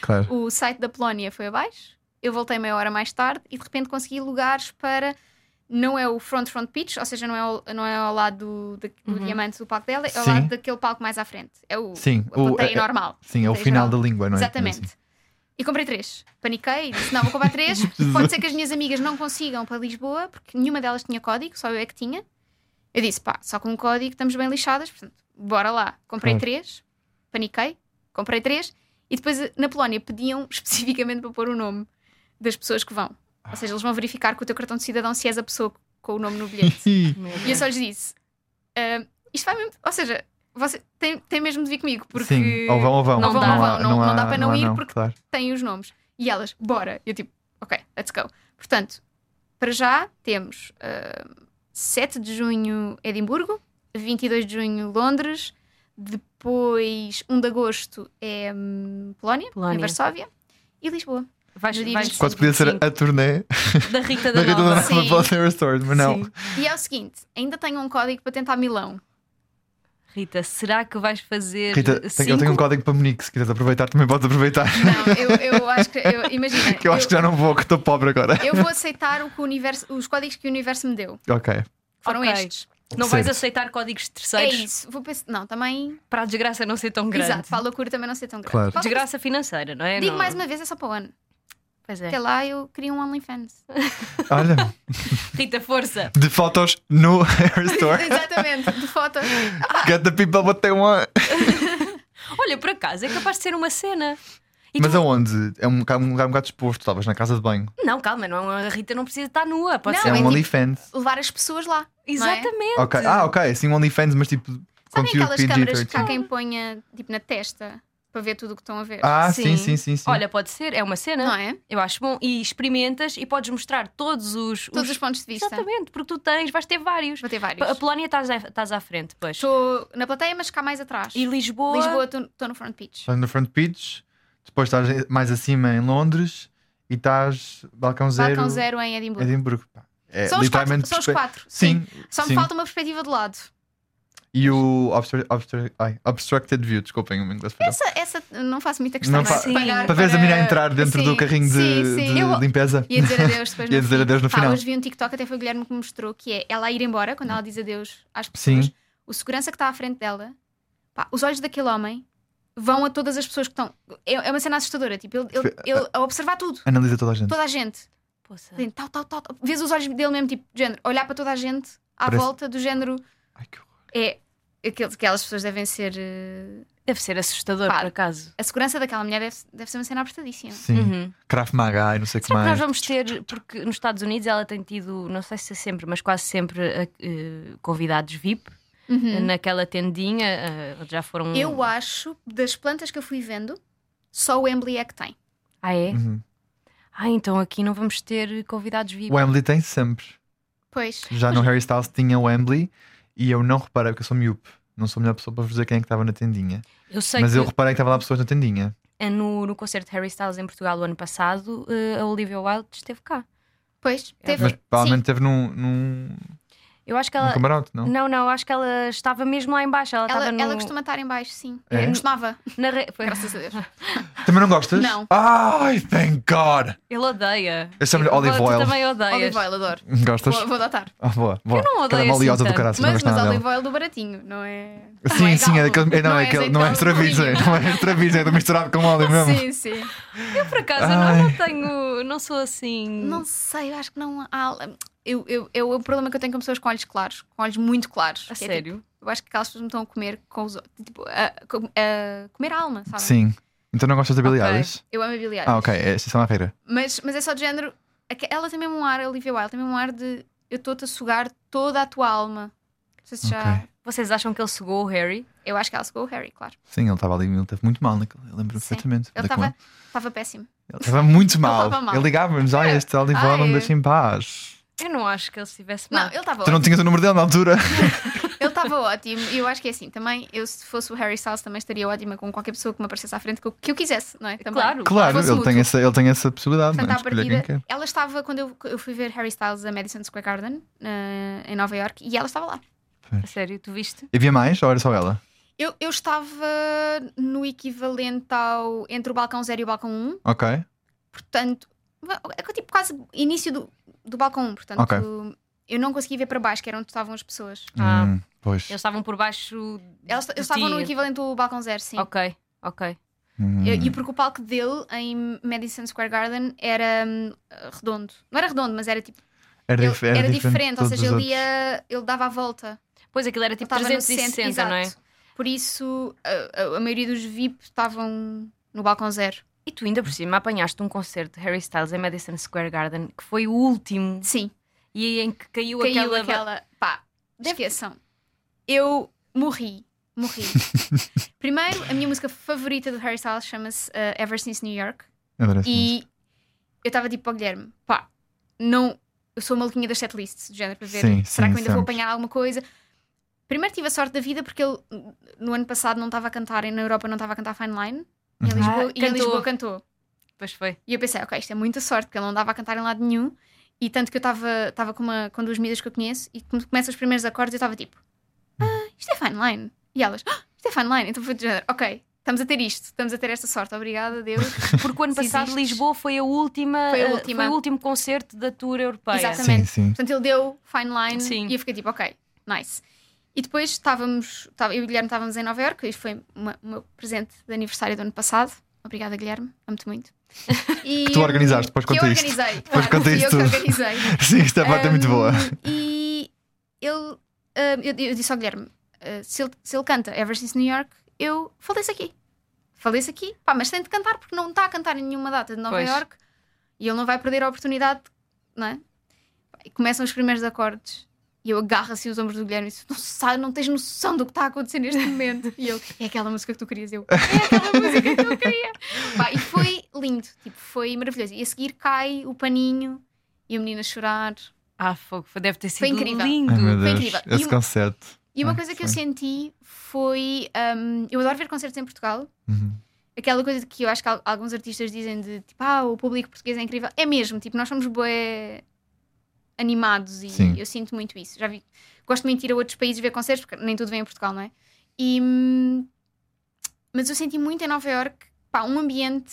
F: Claro.
A: O site da Polónia foi abaixo, eu voltei meia hora mais tarde e de repente consegui lugares para. Não é o front front pitch, ou seja, não é ao, não é ao lado do, da- do diamante do palco dela, é ao
F: Sim.
A: lado daquele palco mais à frente. É o,
F: Sim,
A: a
F: o-
A: plateia
F: é- é-
A: normal.
F: Sim, é o
A: plateia
F: final da
A: geral.
F: língua, não é?
A: Exatamente. E comprei três. Paniquei, disse: não, vou comprar três.
F: [laughs]
A: Pode ser que as minhas amigas não consigam para Lisboa, porque nenhuma delas tinha código, só eu é que tinha. Eu disse: pá, só com um código estamos bem lixadas, portanto, bora lá. Comprei
F: Claro.
A: três, paniquei, comprei três. E depois eh, na Polónia pediam [laughs] especificamente para pôr o nome das pessoas que vão. Ou seja, eles vão verificar com o teu cartão de cidadão
F: [laughs]
A: se és a pessoa com o nome no bilhete.
F: Assim.
E: Meu
A: E eu
E: Deus.
A: só lhes disse: "Ah, isto vai mesmo. Ou seja, Você tem, tem mesmo de vir comigo, porque
F: Sim, ou vão ou vão.
A: não vão,
F: não,
A: não
F: há-
A: vão, não- não dá para não
F: há
A: ir porque-
F: claro.
A: têm os nomes. E elas, bora. Eu tipo, ok, let's go. Portanto, para já temos ah, 7 de junho Edimburgo, 22 de junho Londres, depois 1 de agosto é hum, Polónia,
E: Polónia.
A: em Varsóvia, e Lisboa.
E: Vais,
A: No dia
E: vais
A: 25.
F: Quase podia ser a turnê
A: [laughs]
F: [laughs]
E: da Rita
F: da
E: da,
F: Rita
E: Nova.
F: da
A: Sim.
F: Nova pela Sarah Stewart, mas não.
E: Sim.
A: E é o seguinte, ainda tenho um código para tentar Milão.
E: Rita, será que vais fazer
F: Rita, tenho- eu
E: cinco?
F: tenho um código para Munique, se quiseres aproveitar, também podes aproveitar. [laughs]
A: Não, eu, eu acho que, eu, imagina,
F: Que eu acho que já não vou, que estou pobre agora. [laughs]
A: eu vou aceitar o que o universo, os códigos que o universo me deu. que
F: Ok.
A: Foram
E: Ok.
A: estes.
E: Não vais
F: Certo.
E: aceitar códigos de
A: É
E: terceiros
A: isso. Vou pensar, não, também.
E: para a desgraça não ser tão grande.
A: Exato, para a loucura também não ser tão grande.
F: Claro.
A: Para a loucura
E: Desgraça financeira, não é?
A: Digo
E: Não-
A: mais uma vez, é só para o ano.
E: Pois é.
A: Até lá eu queria um
E: [laughs]
A: OnlyFans.
F: Olha,
E: Rita, força!
F: de fotos no [laughs] Hair
A: [laughs]
F: Store.
A: Exatamente, de foto.
F: Get the people what they want.
E: Olha, por acaso, é capaz de ser uma cena. E
F: Mas
E: tu-
F: aonde? É um lugar um, lugar um bocado exposto, talvez na casa de banho.
E: Não, calma, não, é a Rita não precisa estar nua, pode
A: Não,
E: ser.
F: é
A: é
F: um
A: tipo-
F: OnlyFans.
A: Levar as pessoas lá. não é?
E: Exatamente!
F: Ok. Ah, ok. Sim, um OnlyFans, mas tipo
A: Sabem
F: conteúdo
A: aquelas câmaras que há
F: PG-13.
A: quem ponha tipo na testa para ver tudo o que estão a ver?
F: Ah, sim,
E: Sim.
F: sim, sim. sim.
E: Olha, pode ser, é uma cena.
A: Não é?
E: Eu acho bom. E experimentas e podes mostrar todos os.
A: Todos os pontos de vista.
E: Exatamente, porque tu tens, vais ter vários.
A: Vou ter
E: A
A: vários.
E: Polónia estás, à- estás à frente, pois.
A: Estou na plateia, mas cá mais atrás.
E: E Lisboa.
A: Lisboa, estou no front pitch.
F: Estás no front pitch, depois estás mais acima em Londres e estás balcão zero,
A: Balcão zero em Edimburgo.
F: Edimburgo. Pá, É
A: São os quatro.
F: literalmente
A: São os
F: perspe-
A: quatro.
F: Sim,
A: Só me
F: sim.
A: falta uma perspectiva de lado.
F: E o obstru- obstru- ai, Obstructed View, desculpem o meu inglês. foi
A: Essa, essa não faço muita questão.
F: Não
A: mas
F: fa-
E: Sim.
A: pagar
F: Para veres a
A: para-
F: mina entrar dentro do
A: Sim,
F: carrinho de,
A: sim, sim.
F: de
A: Eu-
F: limpeza.
A: Ia dizer adeus
F: [laughs]
A: depois
F: Ia
A: no
F: dizer
A: fim.
F: adeus no
A: Pá,
F: final.
A: Hoje vi um TikTok, até foi o Guilherme que me mostrou, que é ela ir embora, quando ela diz adeus às pessoas,
F: Sim.
A: o segurança que está à frente dela, pá, os olhos daquele homem vão a todas as pessoas que estão. É, é uma cena assustadora, tipo, ele, ele, ele a observar tudo,
F: Analisa toda a gente.
A: toda a gente.
E: Poça.
A: Assim, Tal, tal, tal, tal. Vês os olhos dele mesmo, tipo, de género, olhar para toda a gente à
F: Parece-
A: volta, do género.
F: Ai, que horror.
A: É. Aqueles, aquelas pessoas devem ser. eh,
E: Deve ser assustador,
A: Pá.
E: por apertado
A: a segurança daquela mulher deve, deve ser uma cena apertadíssima.
F: Sim.
A: Uhum.
F: Krav Maga e não sei o que
E: Será que nós
F: mais.
E: vamos ter, porque nos Estados Unidos ela tem tido, não sei se é sempre, mas quase sempre eh, eh, convidados VIP eh, naquela tendinha, eh, onde já foram.
A: Hum. Eu acho, das plantas que eu fui vendo, só o Emily é que tem.
E: Ah, é?
F: Uhum.
E: Ah, então aqui não vamos ter convidados VIP.
F: O Wembley tem sempre.
A: Pois.
F: Já no Harry Styles tinha o Wembley e eu não reparei porque eu sou miúpe. Não sou a melhor pessoa para vos dizer quem é que estava na tendinha.
E: Eu sei
F: Mas
E: que
F: eu reparei que estava lá pessoas na tendinha.
E: eh, no, no concerto de Harry Styles em Portugal o ano passado, eh, a Olivia Wilde esteve cá.
A: Pois, teve.
F: Mas provavelmente
A: Sim,
F: esteve num, num,
E: Eu acho que
F: num
E: ela.
F: camarote, não?
E: Ah, Não, não, acho que ela estava mesmo lá embaixo. Ela,
A: ela,
E: estava no,
A: ela costuma estar em baixo, sim.
F: É? Ah,
A: Eu costumava,
E: na re- foi-
A: [laughs] graças a Deus.
F: Também não gostas?
A: Não.
F: Ai, thank God!
E: [laughs] Ele odeia.
F: Eu chamo-lhe Olive
E: tu
F: Oil.
E: também odeias.
A: Olive oil, adoro.
F: Gostas?
A: Vou, vou adotar.
F: Ah, boa, boa.
E: não odeio
F: Caramba,
E: assim
F: oleosa do
E: tanto,
F: caralho, não
A: Mas,
F: gosto
A: mas
F: nada dela.
A: olive oil do baratinho, não é. não
F: Sim, sim, é
A: galo,
F: daquele. é, Não, é aquele. Não é
A: azeite, galo,
F: extravirgem,
A: bolinho.
F: não é extravirgem, é do misturado com óleo mesmo.
A: Sim, sim.
E: Por acaso, eu não, não tenho. Não sou assim.
A: Não sei, eu acho que não há. Eu, eu, eu, o problema que eu tenho com pessoas com olhos claros, com olhos muito claros.
E: a
A: que é
E: sério.
A: tipo, eu acho que aquelas pessoas me estão a comer com os. Tipo, a, com- a comer a alma, sabe?
F: Sim. Então não gostas da Billie
E: Ok.
F: Eilish?
A: Eu amo a Billie Eilish.
F: Ah, ok, é a exceção à regra.
A: mas, mas é só de género. aque- Ela tem mesmo um ar, a Olivia Wilde, tem mesmo um ar de eu estou-te a sugar toda a tua alma. Não sei se já.
F: Ok.
E: Vocês acham que ele sugou o Harry?
A: Eu acho que ela sugou o Harry, claro.
F: Sim, ele estava ali, ele esteve muito mal, naquele- eu lembro
A: Sim.
F: perfeitamente.
A: Ele
F: daquele-
A: estava estava péssimo.
F: ele estava muito mal.
A: tava mal.
F: Ele ligava-nos, olha, este Olive Oil não me
A: Ai.
F: deixa em paz.
E: Eu não acho que ele estivesse
A: Não,
E: mal.
A: ele estava
F: Tu não
A: ótimo.
F: tinhas o número dele na altura.
A: Ele estava ótimo. E eu acho que é assim, também, eu se fosse o Harry Styles também estaria ótima com qualquer pessoa que me aparecesse à frente que eu, que eu quisesse, não é? Também.
E: Claro.
F: Claro,
A: Fosse
F: ele tem,
A: mútuo.
F: essa, ele tem essa possibilidade, não
A: Portanto,
F: é?
A: à
F: Escolher quem quer.
A: partida, ela estava quando eu, eu fui ver Harry Styles a Madison Square Garden, na- em Nova York, e ela estava lá.
E: A sério, tu viste?
F: Havia mais ou era só ela?
A: Eu, eu estava no equivalente ao. entre o balcão 0 e o balcão 1,
F: Ok.
A: portanto, é que, tipo quase início do, do balcão 1, portanto,
F: Ok.
A: eu não consegui ver para baixo, que era onde estavam as pessoas.
E: Ah.
F: Hum, pois.
E: Eles estavam por baixo. de
A: Elas
E: ti.
A: eles estavam no equivalente do balcão zero, sim.
E: Ok, ok.
F: Hum.
A: E, e porque o palco dele em Madison Square Garden era hum, redondo. Não era redondo, mas era tipo.
F: Era,
A: ele-
F: dif- era
A: diferente, ou
F: de todos
A: seja,
F: os outros.
A: ele, ia, ele dava a volta.
E: Pois aquilo era
A: Ele
E: tipo
A: estava no
E: 360,
A: centro, exato.
E: não é?
A: Por isso, a, a- a maioria dos VIP estavam no balcão zero.
E: E tu ainda por cima apanhaste um concerto de Harry Styles em Madison Square Garden, que foi o último,
A: Sim.
E: e em que caiu,
A: caiu
E: aquela.
A: aquela. Pá, esqueçam. Eu morri [laughs] Morri. Primeiro, a minha música favorita do Harry Styles chama-se eh, Ever Since New York.
F: Adoro essa música.
A: E eu estava tipo ao Guilherme, pá, não, eu sou maluquinha das setlists, do género, para ver,
F: Sim,
A: será
F: sim,
A: que eu ainda vou
F: sempre.
A: apanhar alguma coisa? Primeiro tive a sorte da vida porque ele no ano passado não estava a cantar, e na Europa não estava a cantar Fine Line, e em
E: Ah,
A: Lisboa, e em
E: cantou.
A: Lisboa cantou.
E: Pois
A: [laughs]
E: foi.
A: E eu pensei, ok, isto é muita sorte, porque ele não andava a cantar em lado nenhum. E tanto que eu estava com, uma- com duas miúdas que eu conheço, e quando começam os primeiros acordes, eu estava tipo, ah, isto é fine line. E elas, ah, isto é fine line. Então foi de género, ok, estamos a ter isto, estamos a ter esta sorte, obrigada, Deus.
E: Porque o ano
A: Se
E: passado
A: existes.
E: Lisboa foi a última,
A: Foi a
E: eh,
A: última.
E: foi o último concerto da tour europeia.
A: Exatamente.
F: Sim, sim. [laughs]
A: Portanto, ele deu fine line
E: Sim.
A: e eu fiquei tipo, ok, nice. E depois estávamos, estava- eu e o Guilherme estávamos em Nova Iorque, isto foi uma- o meu presente de aniversário do ano passado. Obrigada, Guilherme, amo-te muito. E,
F: [laughs] Que tu organizaste, depois
A: que eu
F: conta isto.
A: organizei,
F: Depois
A: claro,
F: conta
A: fui
F: isto
A: eu que
F: tudo.
A: organizei.
F: Sim, esta parte é muito
A: Um,
F: boa.
A: E ele, um, eu, eu disse ao Guilherme: uh, se, ele, se ele canta Ever Since New York, eu falei-se aqui. Falei-se aqui, pá, mas tem de cantar porque não está a cantar em nenhuma data de Nova
E: Pois.
A: Iorque York e ele não vai perder a oportunidade, não é? E começam os primeiros acordes e eu agarro assim os ombros do Guilherme e disse: Não sabe, não tens noção do que está a acontecer neste momento. E ele: É aquela música que tu querias. Eu: É aquela [laughs] música que eu queria. Pá, e foi lindo, tipo, foi maravilhoso. E a seguir cai o paninho e a menina a chorar.
E: Ah, fogo, foi- deve ter sido
A: Foi incrível.
E: lindo.
F: [laughs] Ai, meu
A: foi
F: Deus,
A: incrível. E
F: esse
A: uma-
F: concerto.
A: E uma
F: Ai,
A: coisa que eu
F: foi.
A: senti foi. hum, eu adoro ver concertos em Portugal.
F: Uhum.
A: Aquela coisa que eu acho que al- alguns artistas dizem de tipo, ah, o público português é incrível. É mesmo, tipo, nós somos bué animados e
F: Sim.
A: eu sinto muito isso. Já vi. Gosto muito de ir a outros países ver concertos, porque nem tudo vem a Portugal, não é? E, hum, mas eu senti muito em Nova Iorque, pá, um ambiente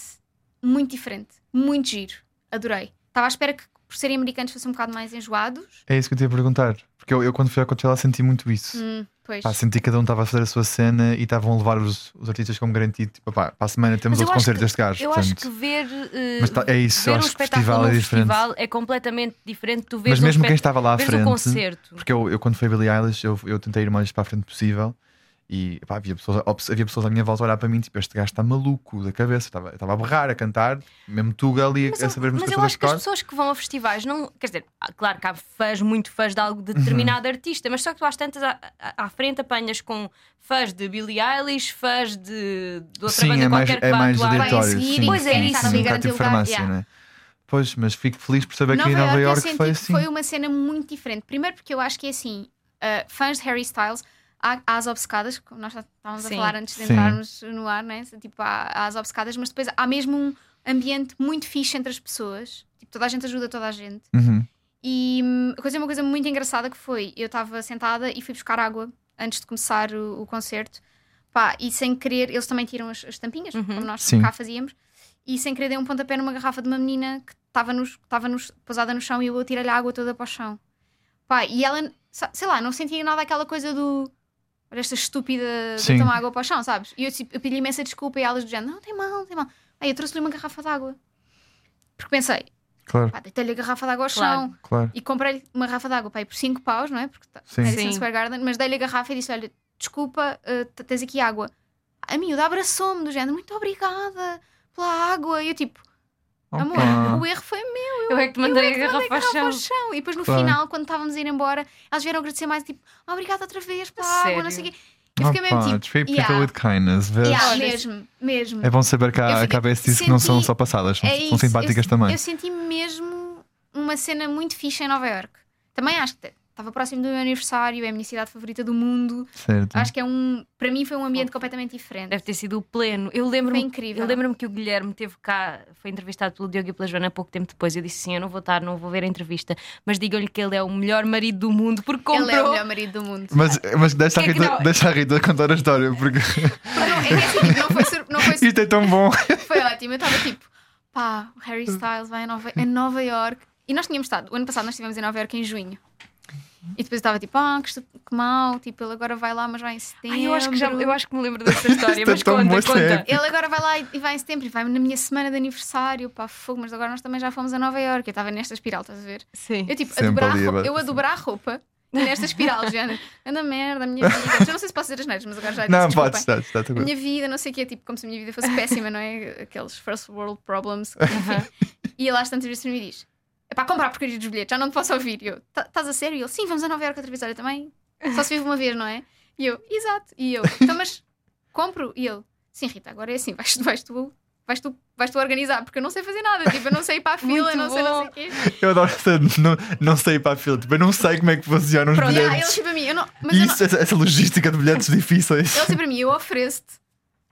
A: muito diferente, muito giro. Adorei. Estava à espera que, por serem americanos, fossem um bocado mais enjoados.
F: É isso que eu te ia perguntar. Porque eu, eu quando fui à Coachella senti muito isso.
A: Hum, pois.
F: Pá, senti que cada um estava a fazer a sua cena e estavam a levar os, os artistas como garantido. Tipo, pá, para a semana temos
E: Mas eu
F: outro
E: acho
F: concerto
E: que-
F: deste gajo.
E: Eu acho que
F: portanto.
E: ver, eh,
F: Mas tá- é isso, eu
E: ver um
F: acho que
E: espetáculo
F: festival é
E: num
F: diferente.
E: festival é completamente diferente. Tu vês
F: Mas
E: um
F: mesmo quem
E: espet-
F: estava lá à
E: vês
F: frente.
E: um concerto.
F: Porque eu, eu, quando fui a Billie Eilish, eu, eu tentei ir o mais para a frente possível e pá, havia, pessoas, obs- havia pessoas à minha volta a olhar para mim, tipo, este gajo está maluco da cabeça, estava, estava a borrar, a cantar, mesmo Tuga ali a-
E: Mas
F: a
E: eu,
F: saber as
E: mas
F: músicas
E: eu
F: todas
E: acho
F: de
E: que as
F: cor.
E: pessoas que vão a festivais não. Quer dizer, ah, claro que há fãs, muito fãs de algo de determinado
F: Uhum.
E: artista, mas só que tu às tantas à, à- à frente apanhas com fãs de Billie Eilish, fãs de, de outra
F: Sim,
E: banda
F: é mais,
E: qualquer
F: é
E: que vá
F: mais
E: atuar.
F: aleatório.
A: seguir
F: sim,
A: e
E: Pois é,
F: sim,
E: isso, ligar
F: sim, um bocado tipo
A: naquele lugar,
F: farmácia,
A: yeah.
F: não é? Pois, mas fico feliz por saber que em Nova
A: Iorque, eu
F: Iorque
A: senti
F: foi
A: que
F: assim.
A: foi uma cena muito diferente. Primeiro porque eu acho que é assim, uh, fãs de Harry Styles, há, há as obcecadas, como nós já estávamos
E: Sim.
A: a falar antes de
F: Sim.
A: entrarmos no ar, né? tipo, há, há as obcecadas, mas depois há mesmo um ambiente muito fixe entre as pessoas. Tipo, toda a gente ajuda toda a gente.
F: Uhum.
A: E hum, aconteceu uma coisa muito engraçada que foi: eu estava sentada e fui buscar água antes de começar o, o concerto. Pá, e sem querer, eles também tiram as, as tampinhas, como nós
F: Sim.
A: cá fazíamos. E sem querer, dei um pontapé numa garrafa de uma menina que estava nos, estava nos, pousada no chão e eu tirei-lhe a água toda para o chão. Pá, e ela, sa- sei lá, não sentia nada aquela coisa do. Olha, esta estúpida de
F: Sim.
A: tomar água para o chão, sabes? E eu, tipo, eu pedi imensa desculpa e elas do género: não, tem mal, não tem mal. Aí eu trouxe-lhe uma garrafa de água. Porque pensei:
F: Claro,
A: pá, deitei-lhe a garrafa de água ao
E: Claro.
A: chão.
F: claro.
A: E comprei-lhe uma garrafa de água pá, aí por 5 paus, não é? Porque tá-
F: Sim.
A: Madison
E: Sim.
A: Square Garden, mas dei-lhe a garrafa e disse: Olha, desculpa, eh, t- tens aqui água. A miúda abraçou-me do género, muito obrigada pela água. E eu tipo, amor,
F: Opa.
A: o erro foi meu,
E: Eu é que te mandei a garrafa ao
A: para
E: chão.
A: o chão. E depois no
F: Claro.
A: final, quando estávamos a ir embora, elas vieram agradecer mais, tipo, "Ah, obrigada outra vez pela
E: A
A: água, não sei o
E: sério?
A: quê. Eu fiquei
F: Opa,
A: mesmo tipo,
F: Treat people
A: yeah,
F: with kindness, vês?
A: yeah,
E: Olha,
A: mesmo, mesmo.
F: É bom saber que
A: Eu
F: há
A: fiquei-
F: cabeças que não são
A: senti-
F: só passadas, são, tipo,
A: É
F: são
A: isso.
F: simpáticas
A: eu,
F: também.
A: Eu senti mesmo uma cena muito fixe em Nova Iorque. Também acho que estava próximo do meu aniversário, é a minha cidade favorita do mundo.
F: certo.
A: Acho que é um. Para mim foi um ambiente completamente diferente.
E: Oh. Deve ter sido o pleno. Eu
A: Foi
E: lembro-me
A: incrível.
E: eu lembro-me que o Guilherme teve cá, foi entrevistado pelo Diogo e pela Joana pouco tempo depois. Eu disse sim, eu não vou estar, não vou ver a entrevista, mas digam-lhe que ele é o melhor marido do mundo porque comprou.
A: Ele é o melhor marido do
F: [laughs]
A: mundo.
F: Mas, mas deixa, a
E: Que é que
F: Rita,
E: não-
F: deixa a Rita contar a história, porque
A: Não, é que assim, tipo, não foi. sur- Não
F: [laughs]
A: foi, sur-
F: isto é
A: [laughs]
F: tão bom.
A: foi ótimo. Eu estava tipo, pá, o Harry Styles vai a Nova, a Nova York. E nós tínhamos estado. O ano passado nós estivemos em Nova York em junho. E depois eu estava tipo, ah, que, estu- que mal. Tipo, ele agora vai lá, mas vai em setembro.
E: Ai, eu acho que já, eu acho que me lembro
F: [laughs]
E: dessa história,
F: Isto é
E: mas
F: tão
E: conta,
F: bom, isto é
E: conta.
F: épico.
A: Ele agora vai lá e e vai em setembro e vai na minha semana de aniversário, pá, fogo, mas agora nós também já fomos a Nova Iorque. Eu estava nesta espiral, estás a ver?
E: Sim.
A: Eu tipo, a
F: Sempre
A: dobrar,
F: ali,
A: a roupa,
F: abate-
A: eu a dobrar a roupa e nesta espiral, [laughs] Jana. Anda merda, a minha vida. Eu não sei se posso dizer as neiras, mas agora já disse,
F: Não,
A: desculpem.
F: pode estar, está tudo
A: A
F: bem.
A: minha vida, não sei o que é tipo como se a minha vida fosse péssima, não é? Aqueles first world problems. Enfim. e ele às tantas vezes me diz: é para comprar porcaria dos bilhetes, já não te posso ouvir. E Eu, "Tá- estás a sério? E ele, sim, vamos a Nova Iorque outra vez, olha também. Só se vive uma vez, não é? E E eu, exato. E eu, então, mas compro? E ele, sim, Rita, agora é assim, vais, vais tu. Vais tu, vais tu organizar, porque eu não sei fazer nada. Tipo, eu não sei ir para a fila,
E: Muito
A: não sei, não sei o quê.
F: Eu adoro essa. Não, não sei para a fila. Tipo, eu não sei como é que funcionam os
A: Pronto, yeah, ele
F: bilhetes.
A: tipo a mim, eu não, mas
F: E
A: eu não,
F: isso, essa, essa logística de bilhetes difíceis.
A: Ele disse para mim: Eu ofereço-te,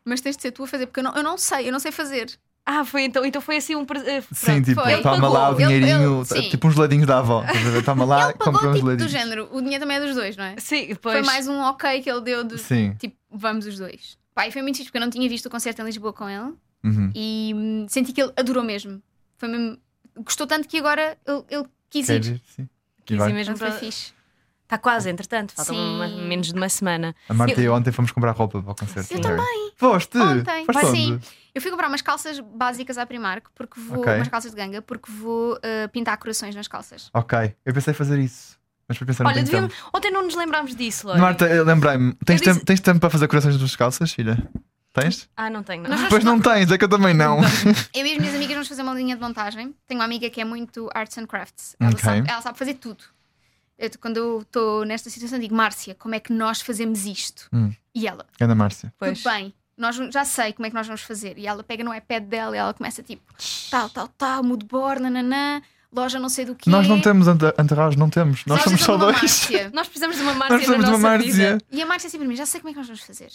A: mas tens de ser tu a fazer, porque eu não, eu não sei, eu não sei fazer.
E: Ah, foi então, então foi assim um. pre- eh,
F: Sim,
E: pronto.
F: tipo,
A: foi. Ele
F: toma lá o
A: pagou. Ele-
F: dinheirinho,
A: ele- sim.
F: tipo uns ladinhos da avó. estás a ver? Toma lá,
A: ele pagou
F: compra uns
A: tipo do
F: ladinhos.
A: género, o dinheiro também é dos dois, não é?
E: Sim,
A: Foi
E: pois.
A: mais um ok que ele deu de
F: Sim.
A: tipo, vamos os dois. Pá, e foi muito difícil porque eu não tinha visto o concerto em Lisboa com ele
F: Uhum.
A: e hum, senti que ele adorou mesmo. Foi mesmo. Gostou tanto que agora ele, ele quis
F: Quer
A: ir.
F: dizer, sim. E
E: Quis ir
F: vai.
E: mesmo
A: Portanto, foi
E: para...
A: fixe.
E: Está quase, entretanto, falta
A: Sim.
E: uma- menos de uma semana.
F: A Marta e eu ontem fomos comprar roupa para o concerto.
A: Eu
F: Harry.
A: também.
F: Foste?
A: Ontem.
F: Foste
A: Vai
F: onde?
A: Eu fui comprar umas calças básicas à Primark porque vou.
F: Ok.
A: Umas calças de ganga porque vou ah, pintar corações nas calças.
F: Ok, eu pensei fazer isso. Mas para pensar
E: Olha,
F: não tenho
E: devíamos... ontem não nos lembrámos disso,
F: tempo.
E: Lori.
F: Marta, eu lembrei-me. Tens,
E: Eu disse-
F: tempo, tens tempo para fazer corações nas tuas calças, filha? Tens?
E: Ah, não tenho. não.
F: Pois não tens, é que eu também não.
A: Eu e as minhas amigas vamos fazer uma linha de montagem. Tenho uma amiga que é muito arts and crafts. Ela,
F: Ok.
A: sabe, ela sabe fazer tudo. Eu, quando eu estou nesta situação, digo, Márcia, como é que nós fazemos isto?
F: Hum.
A: E ela,
F: [laughs] Ana Márcia.
E: Pois.
A: tudo bem, nós, já sei como é que nós vamos fazer. E ela pega no iPad dela e ela começa tipo, tal, tal, tal, moodboard, nananã, loja não sei do quê.
F: Nós não temos anta- enterrados, não temos. Nós somos só
A: precisamos
F: dois.
A: de uma
F: [laughs]
A: Márcia.
E: Nós precisamos de uma Márcia
F: Nós somos
E: na
F: de uma
E: nossa vida.
F: Márcia.
A: E a Márcia sempre me já sei como é que nós vamos fazer.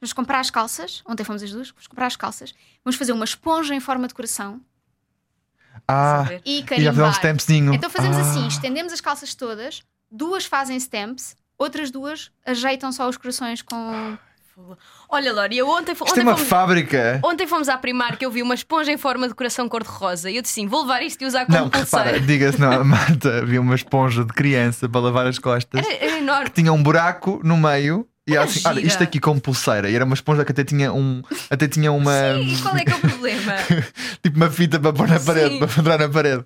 A: Vamos comprar as calças, ontem fomos as duas, vamos comprar as calças, vamos fazer uma esponja em forma de coração
F: Ah,
E: Saber.
F: e
A: e
F: já
A: carimbar.
F: fizemos um stampzinho.
A: Então fazemos
F: Ah,
A: assim: estendemos as calças todas, duas fazem stamps, outras duas ajeitam só os corações com.
E: Olha, Lori, eu ontem, fo-
F: Isto é
E: ontem
F: uma
E: fomos.
F: fábrica.
E: Ontem fomos à Primark que eu vi uma esponja em forma de coração cor-de-rosa e eu disse sim, vou levar isto e usar como
F: Não, repara,
E: pulseira.
F: diga-se não, a Marta havia uma esponja de criança para lavar as costas
E: Era, era É, enorme.
F: que tinha um buraco no meio e era
E: Era
F: assim, olha,
E: gira.
F: isto aqui como pulseira. E era uma esponja que até tinha um. Até tinha uma.
E: E qual é que é o
F: [laughs]
E: problema?
F: tipo uma fita para pôr na
E: Sim.
F: parede, para pendurar na parede.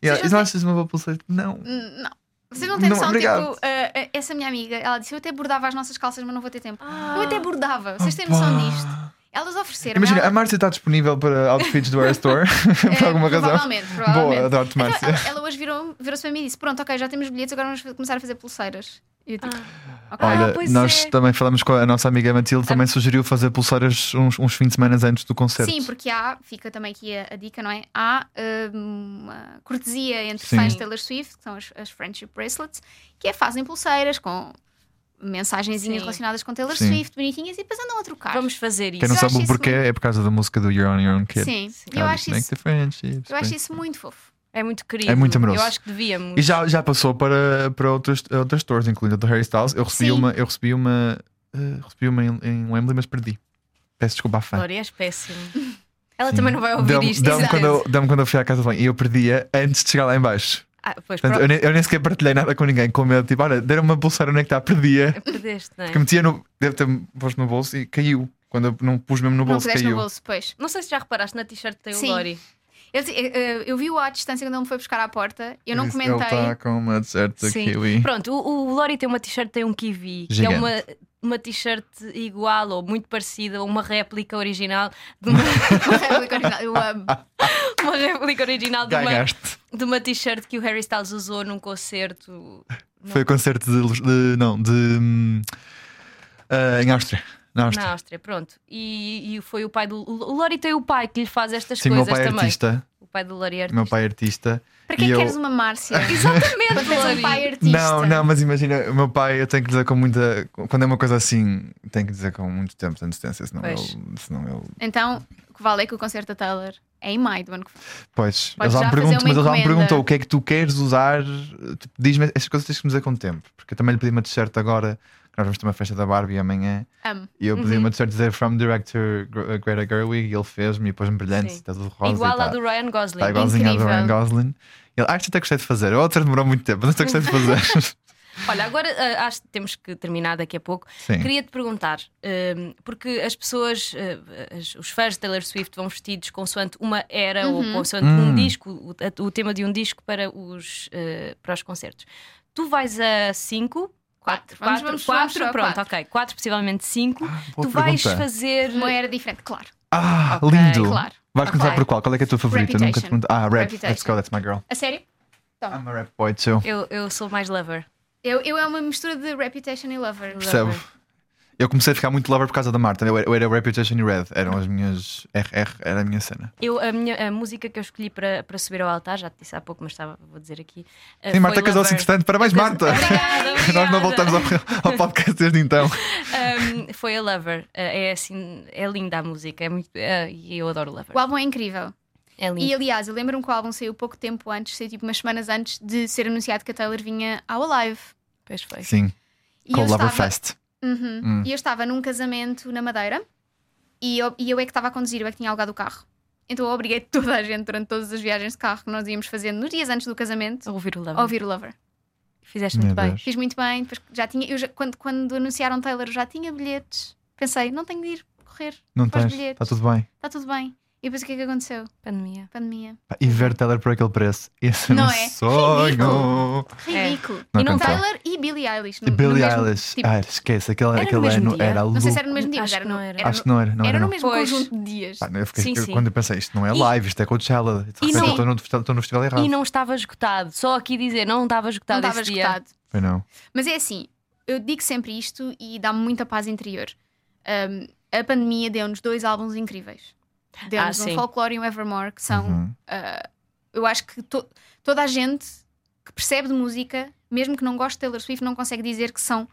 F: E ela,
A: Vocês
F: isso não achas uma boa pulseira? Não.
A: Hum, Não. Vocês não têm
F: Não,
A: noção,
F: obrigado.
A: tipo, ah, ah, essa minha amiga, ela disse: Eu até bordava as nossas calças, mas não vou ter tempo.
E: Ah.
A: Eu até bordava, vocês têm noção disto? Elas ofereceram.
F: Imagina,
A: ela-
F: a Márcia está disponível para outfits do Air
A: [laughs]
F: Store [laughs] por
A: eh,
F: alguma razão.
A: Provavelmente, provavelmente.
F: Boa, adoro-te,
A: Então,
F: Márcia.
A: ela, ela hoje virou- virou-se para mim e disse: Pronto, ok, já temos bilhetes, agora vamos fa- começar a fazer pulseiras. E eu tipo, ok.
F: Olha,
E: pois
F: nós
E: é.
F: também falamos com a nossa amiga Matilde, também sugeriu fazer pulseiras uns, uns fins de semana antes do concerto.
A: Ah. Sim, porque há, fica também aqui a, a dica, não é? Há ah, uma cortesia entre
F: Sim.
A: fãs de Taylor Swift, que são as, as Friendship Bracelets, que é fazem pulseiras com mensagenzinhas
E: Sim.
A: relacionadas com Taylor
F: Sim.
A: Swift, bonitinhas, e depois andam a trocar.
E: Vamos fazer
F: Quem
E: isso.
F: não
A: eu
F: sabe o
A: acho isso
F: porquê é por causa da música do You're On Your Own Kid.
A: Sim, E
F: How
A: eu
F: to
A: acho,
F: make
A: isso,
F: the friendships
A: eu acho
F: break.
A: isso muito fofo.
E: É muito querido.
F: É muito amoroso.
E: Eu acho que devíamos.
F: E já, já passou para, para outras, outras stores, incluindo a do Harry Styles. Eu recebi
A: Sim.
F: uma, eu recebi uma, eh, recebi uma em, em Wembley, mas perdi. Peço desculpa à fã.
E: Lori, és péssimo. Ela
F: Sim.
E: também não vai ouvir
F: Dão-me-
E: isto.
F: Dão-me
E: exato.
F: quando, eu- dão-me quando eu fui à casa de banho e eu perdia antes de chegar lá em baixo.
E: Ah, pois,
F: Portanto, eu, nem, eu nem sequer partilhei nada com ninguém, com medo. Tipo, olha, deram uma pulseira, onde é que está? Perdia.
E: pronto, perdeste, não é?
F: Que metia no. Deve ter posto no bolso e caiu. Quando eu não pus mesmo no
A: Não
F: bolso,
A: puseste
F: caiu.
A: no bolso, pois.
E: Não sei se já reparaste na t-shirt que tem
A: Sim.
E: o Lori.
A: Eu, eh, eu, eu vi-o à distância quando ele me foi buscar à porta, eu não
F: Ele
A: comentei. [laughs]
F: está com uma certa kiwi.
E: Pronto, o, o Lori tem uma t-shirt, tem um kiwi,
F: Gigante.
E: que é uma. Uma t-shirt igual ou muito parecida, ou uma réplica original de uma, [laughs]
F: [laughs]
A: eu amo.
E: uma réplica original
A: é.
E: de uma,
F: Ganhaste.
E: de uma t-shirt que o Harry Styles usou num concerto.
F: Foi o concerto de. de- não, de. hum, ah, em Áustria. Na Áustria.
E: Na Áustria, pronto. E, e foi o pai do. O Lori tem o pai que lhe faz estas
F: Sim, meu
E: coisas
F: pai é
E: também.
F: artista.
E: O pai do Lori é
F: Meu
E: artista.
F: pai é artista.
A: Para que é
F: E
A: que
F: eu-
A: queres uma Márcia? [laughs]
E: Exatamente,
A: Tens um
E: Lori.
A: pai artista.
F: Não, não, mas imagina, o meu pai, eu tenho que dizer com muita. Quando é uma coisa assim, tenho que dizer com muito tempo de antecedência, senão
E: Pois.
F: ele. Senão ele
A: Então, o que vale é que o concerto da Taylor é em maio do ano que vem.
F: pois,
A: Podes
F: ele já
A: já
F: me
A: fazer
F: perguntou,
A: uma
F: mas ele já me
A: encomenda.
F: perguntou o que é que tu queres usar. Tipo, Diz-me, estas coisas tens que me dizer com tempo, porque eu também lhe pedi uma t-shirt agora, que nós vamos ter uma festa da Barbie amanhã,
A: Amo.
F: e eu
E: Uhum.
F: pedi uma t-shirt dizer From Director Gre- uh, Greta Gerwig, e ele fez-me, e pôs-me brilhante,
E: Sim.
F: está tudo rosa. e
E: Igual
F: tá,
E: à do Ryan Gosling.
F: Está igualzinho à do
A: Incrível.
F: Ryan Gosling. Ele, ah, isto até gostei de fazer. A outra demorou muito tempo, mas isto até gostei de fazer. [laughs]
E: Olha, agora ah, acho que temos que terminar daqui a pouco.
F: Sim.
E: Queria te perguntar, hum, porque as pessoas, ah, as- os fãs de Taylor Swift vão vestidos consoante uma era
A: Uhum.
E: ou consoante
F: Hum.
E: um disco, o, a- o tema de um disco para os, ah, para os concertos. Tu vais a 5, 4,
A: Quatro. Vamos- vamos-
E: 4,
A: vamos para
E: pronto,
A: quatro.
E: ok, 4, possivelmente 5.
F: Ah, boa
E: tu vais
F: pergunta.
E: fazer.
A: Uma é- era diferente, claro.
F: Ah,
E: Ok,
F: lindo!
A: claro.
F: Vais começar
E: Ok.
F: por qual? Qual é que é a tua favorita? Eu Nunca te
A: Reputation.
F: perguntei. Ah, rap. Let's
A: Reputation.
F: go, that's my girl.
A: A sério?
F: I'm a rap boy too.
E: Eu, eu sou mais lover.
A: Eu, eu é uma mistura de Reputation e Lover.
E: Lover.
F: Percebo. Eu comecei a ficar muito lover por causa da Marta. Eu era, eu era Reputation e Red. Eram as minhas. RR era a minha cena.
E: Eu, a, minha, a música que eu escolhi para, para subir ao altar, já te disse há pouco, mas estava, vou dizer aqui. eh,
F: Sim, Marta
E: foi
F: casou-se
E: Lover.
F: entretanto. Parabéns, Marta!
E: Obrigada,
F: [laughs] Nós não
E: obrigada.
F: voltamos ao, ao podcast desde então.
E: Um, foi a Lover. Uh, É assim, é linda a música. É muito, é- e eu adoro Lover.
A: O álbum é incrível.
E: É
A: E
E: linda.
A: aliás, eu lembro-me que o álbum saiu pouco tempo antes, saiu tipo umas semanas antes de ser anunciado que a Taylor vinha ao Alive.
E: Pois foi.
F: Sim,
A: E
F: com
A: eu
F: o Lover
A: estava-
F: Fest. Hum.
A: Uhum. E eu estava num casamento na Madeira e eu, e eu é que estava a conduzir, eu é que tinha alugado o carro. Então eu obriguei toda a gente durante todas as viagens de carro que nós íamos fazendo nos dias antes do casamento
E: A Ouvir o Lover.
A: a ouvir o Lover.
E: Fizeste
F: Meu
E: muito bem.
F: Deus.
A: Fiz muito bem, depois já tinha, eu já- quando, quando anunciaram Taylor eu já tinha bilhetes. Pensei, não tenho de ir correr,
F: Não
A: Faz
F: tens?
A: bilhetes.
F: Está tudo bem.
A: está tudo bem. E depois o que é que aconteceu?
E: Pandemia.
A: Pandemia.
F: Pá, Ah, E ver Taylor por aquele preço. Esse é
A: Não
F: um
A: é?
F: sonho.
A: Ridículo.
F: Não
A: e não
F: aconteceu.
A: Taylor e Billie Eilish.
F: E
A: no- no
F: Billie
A: mesmo-
F: Eilish.
A: tipo,
F: Ah, esquece. Aquele,
E: Era no
F: aquele
E: mesmo
F: ano
E: dia?
F: era
A: não sei se
F: louco.
A: era no mesmo dia,
E: Acho
A: mas era
E: que
A: no,
E: não era.
A: era
F: Acho
A: no-
F: que não era. Não
A: era
F: era,
A: no
F: não.
A: mesmo
E: Pois.
A: conjunto de dias.
F: Pá, eu fiquei-
E: Sim,
F: eu-
E: sim.
F: Quando eu pensei isto não é live, isto é Coachella. De
E: E
F: repente
E: não-
F: eu estou no, festival- estou no festival errado.
E: E não estava esgotado. Só aqui dizer, não estava
A: não
E: esgotado
A: estava
E: esse dia.
A: escutado.
F: Foi não.
A: Mas é assim, eu digo sempre isto e dá-me muita paz interior. Um, a pandemia deu-nos dois álbuns incríveis. Deu-nos
E: Ah,
A: um
E: sim.
A: Folklore e um Evermore, que são.
F: Uhum.
A: uh, eu acho que to- toda a gente que percebe de música, mesmo que não goste de Taylor Swift, não consegue dizer que são.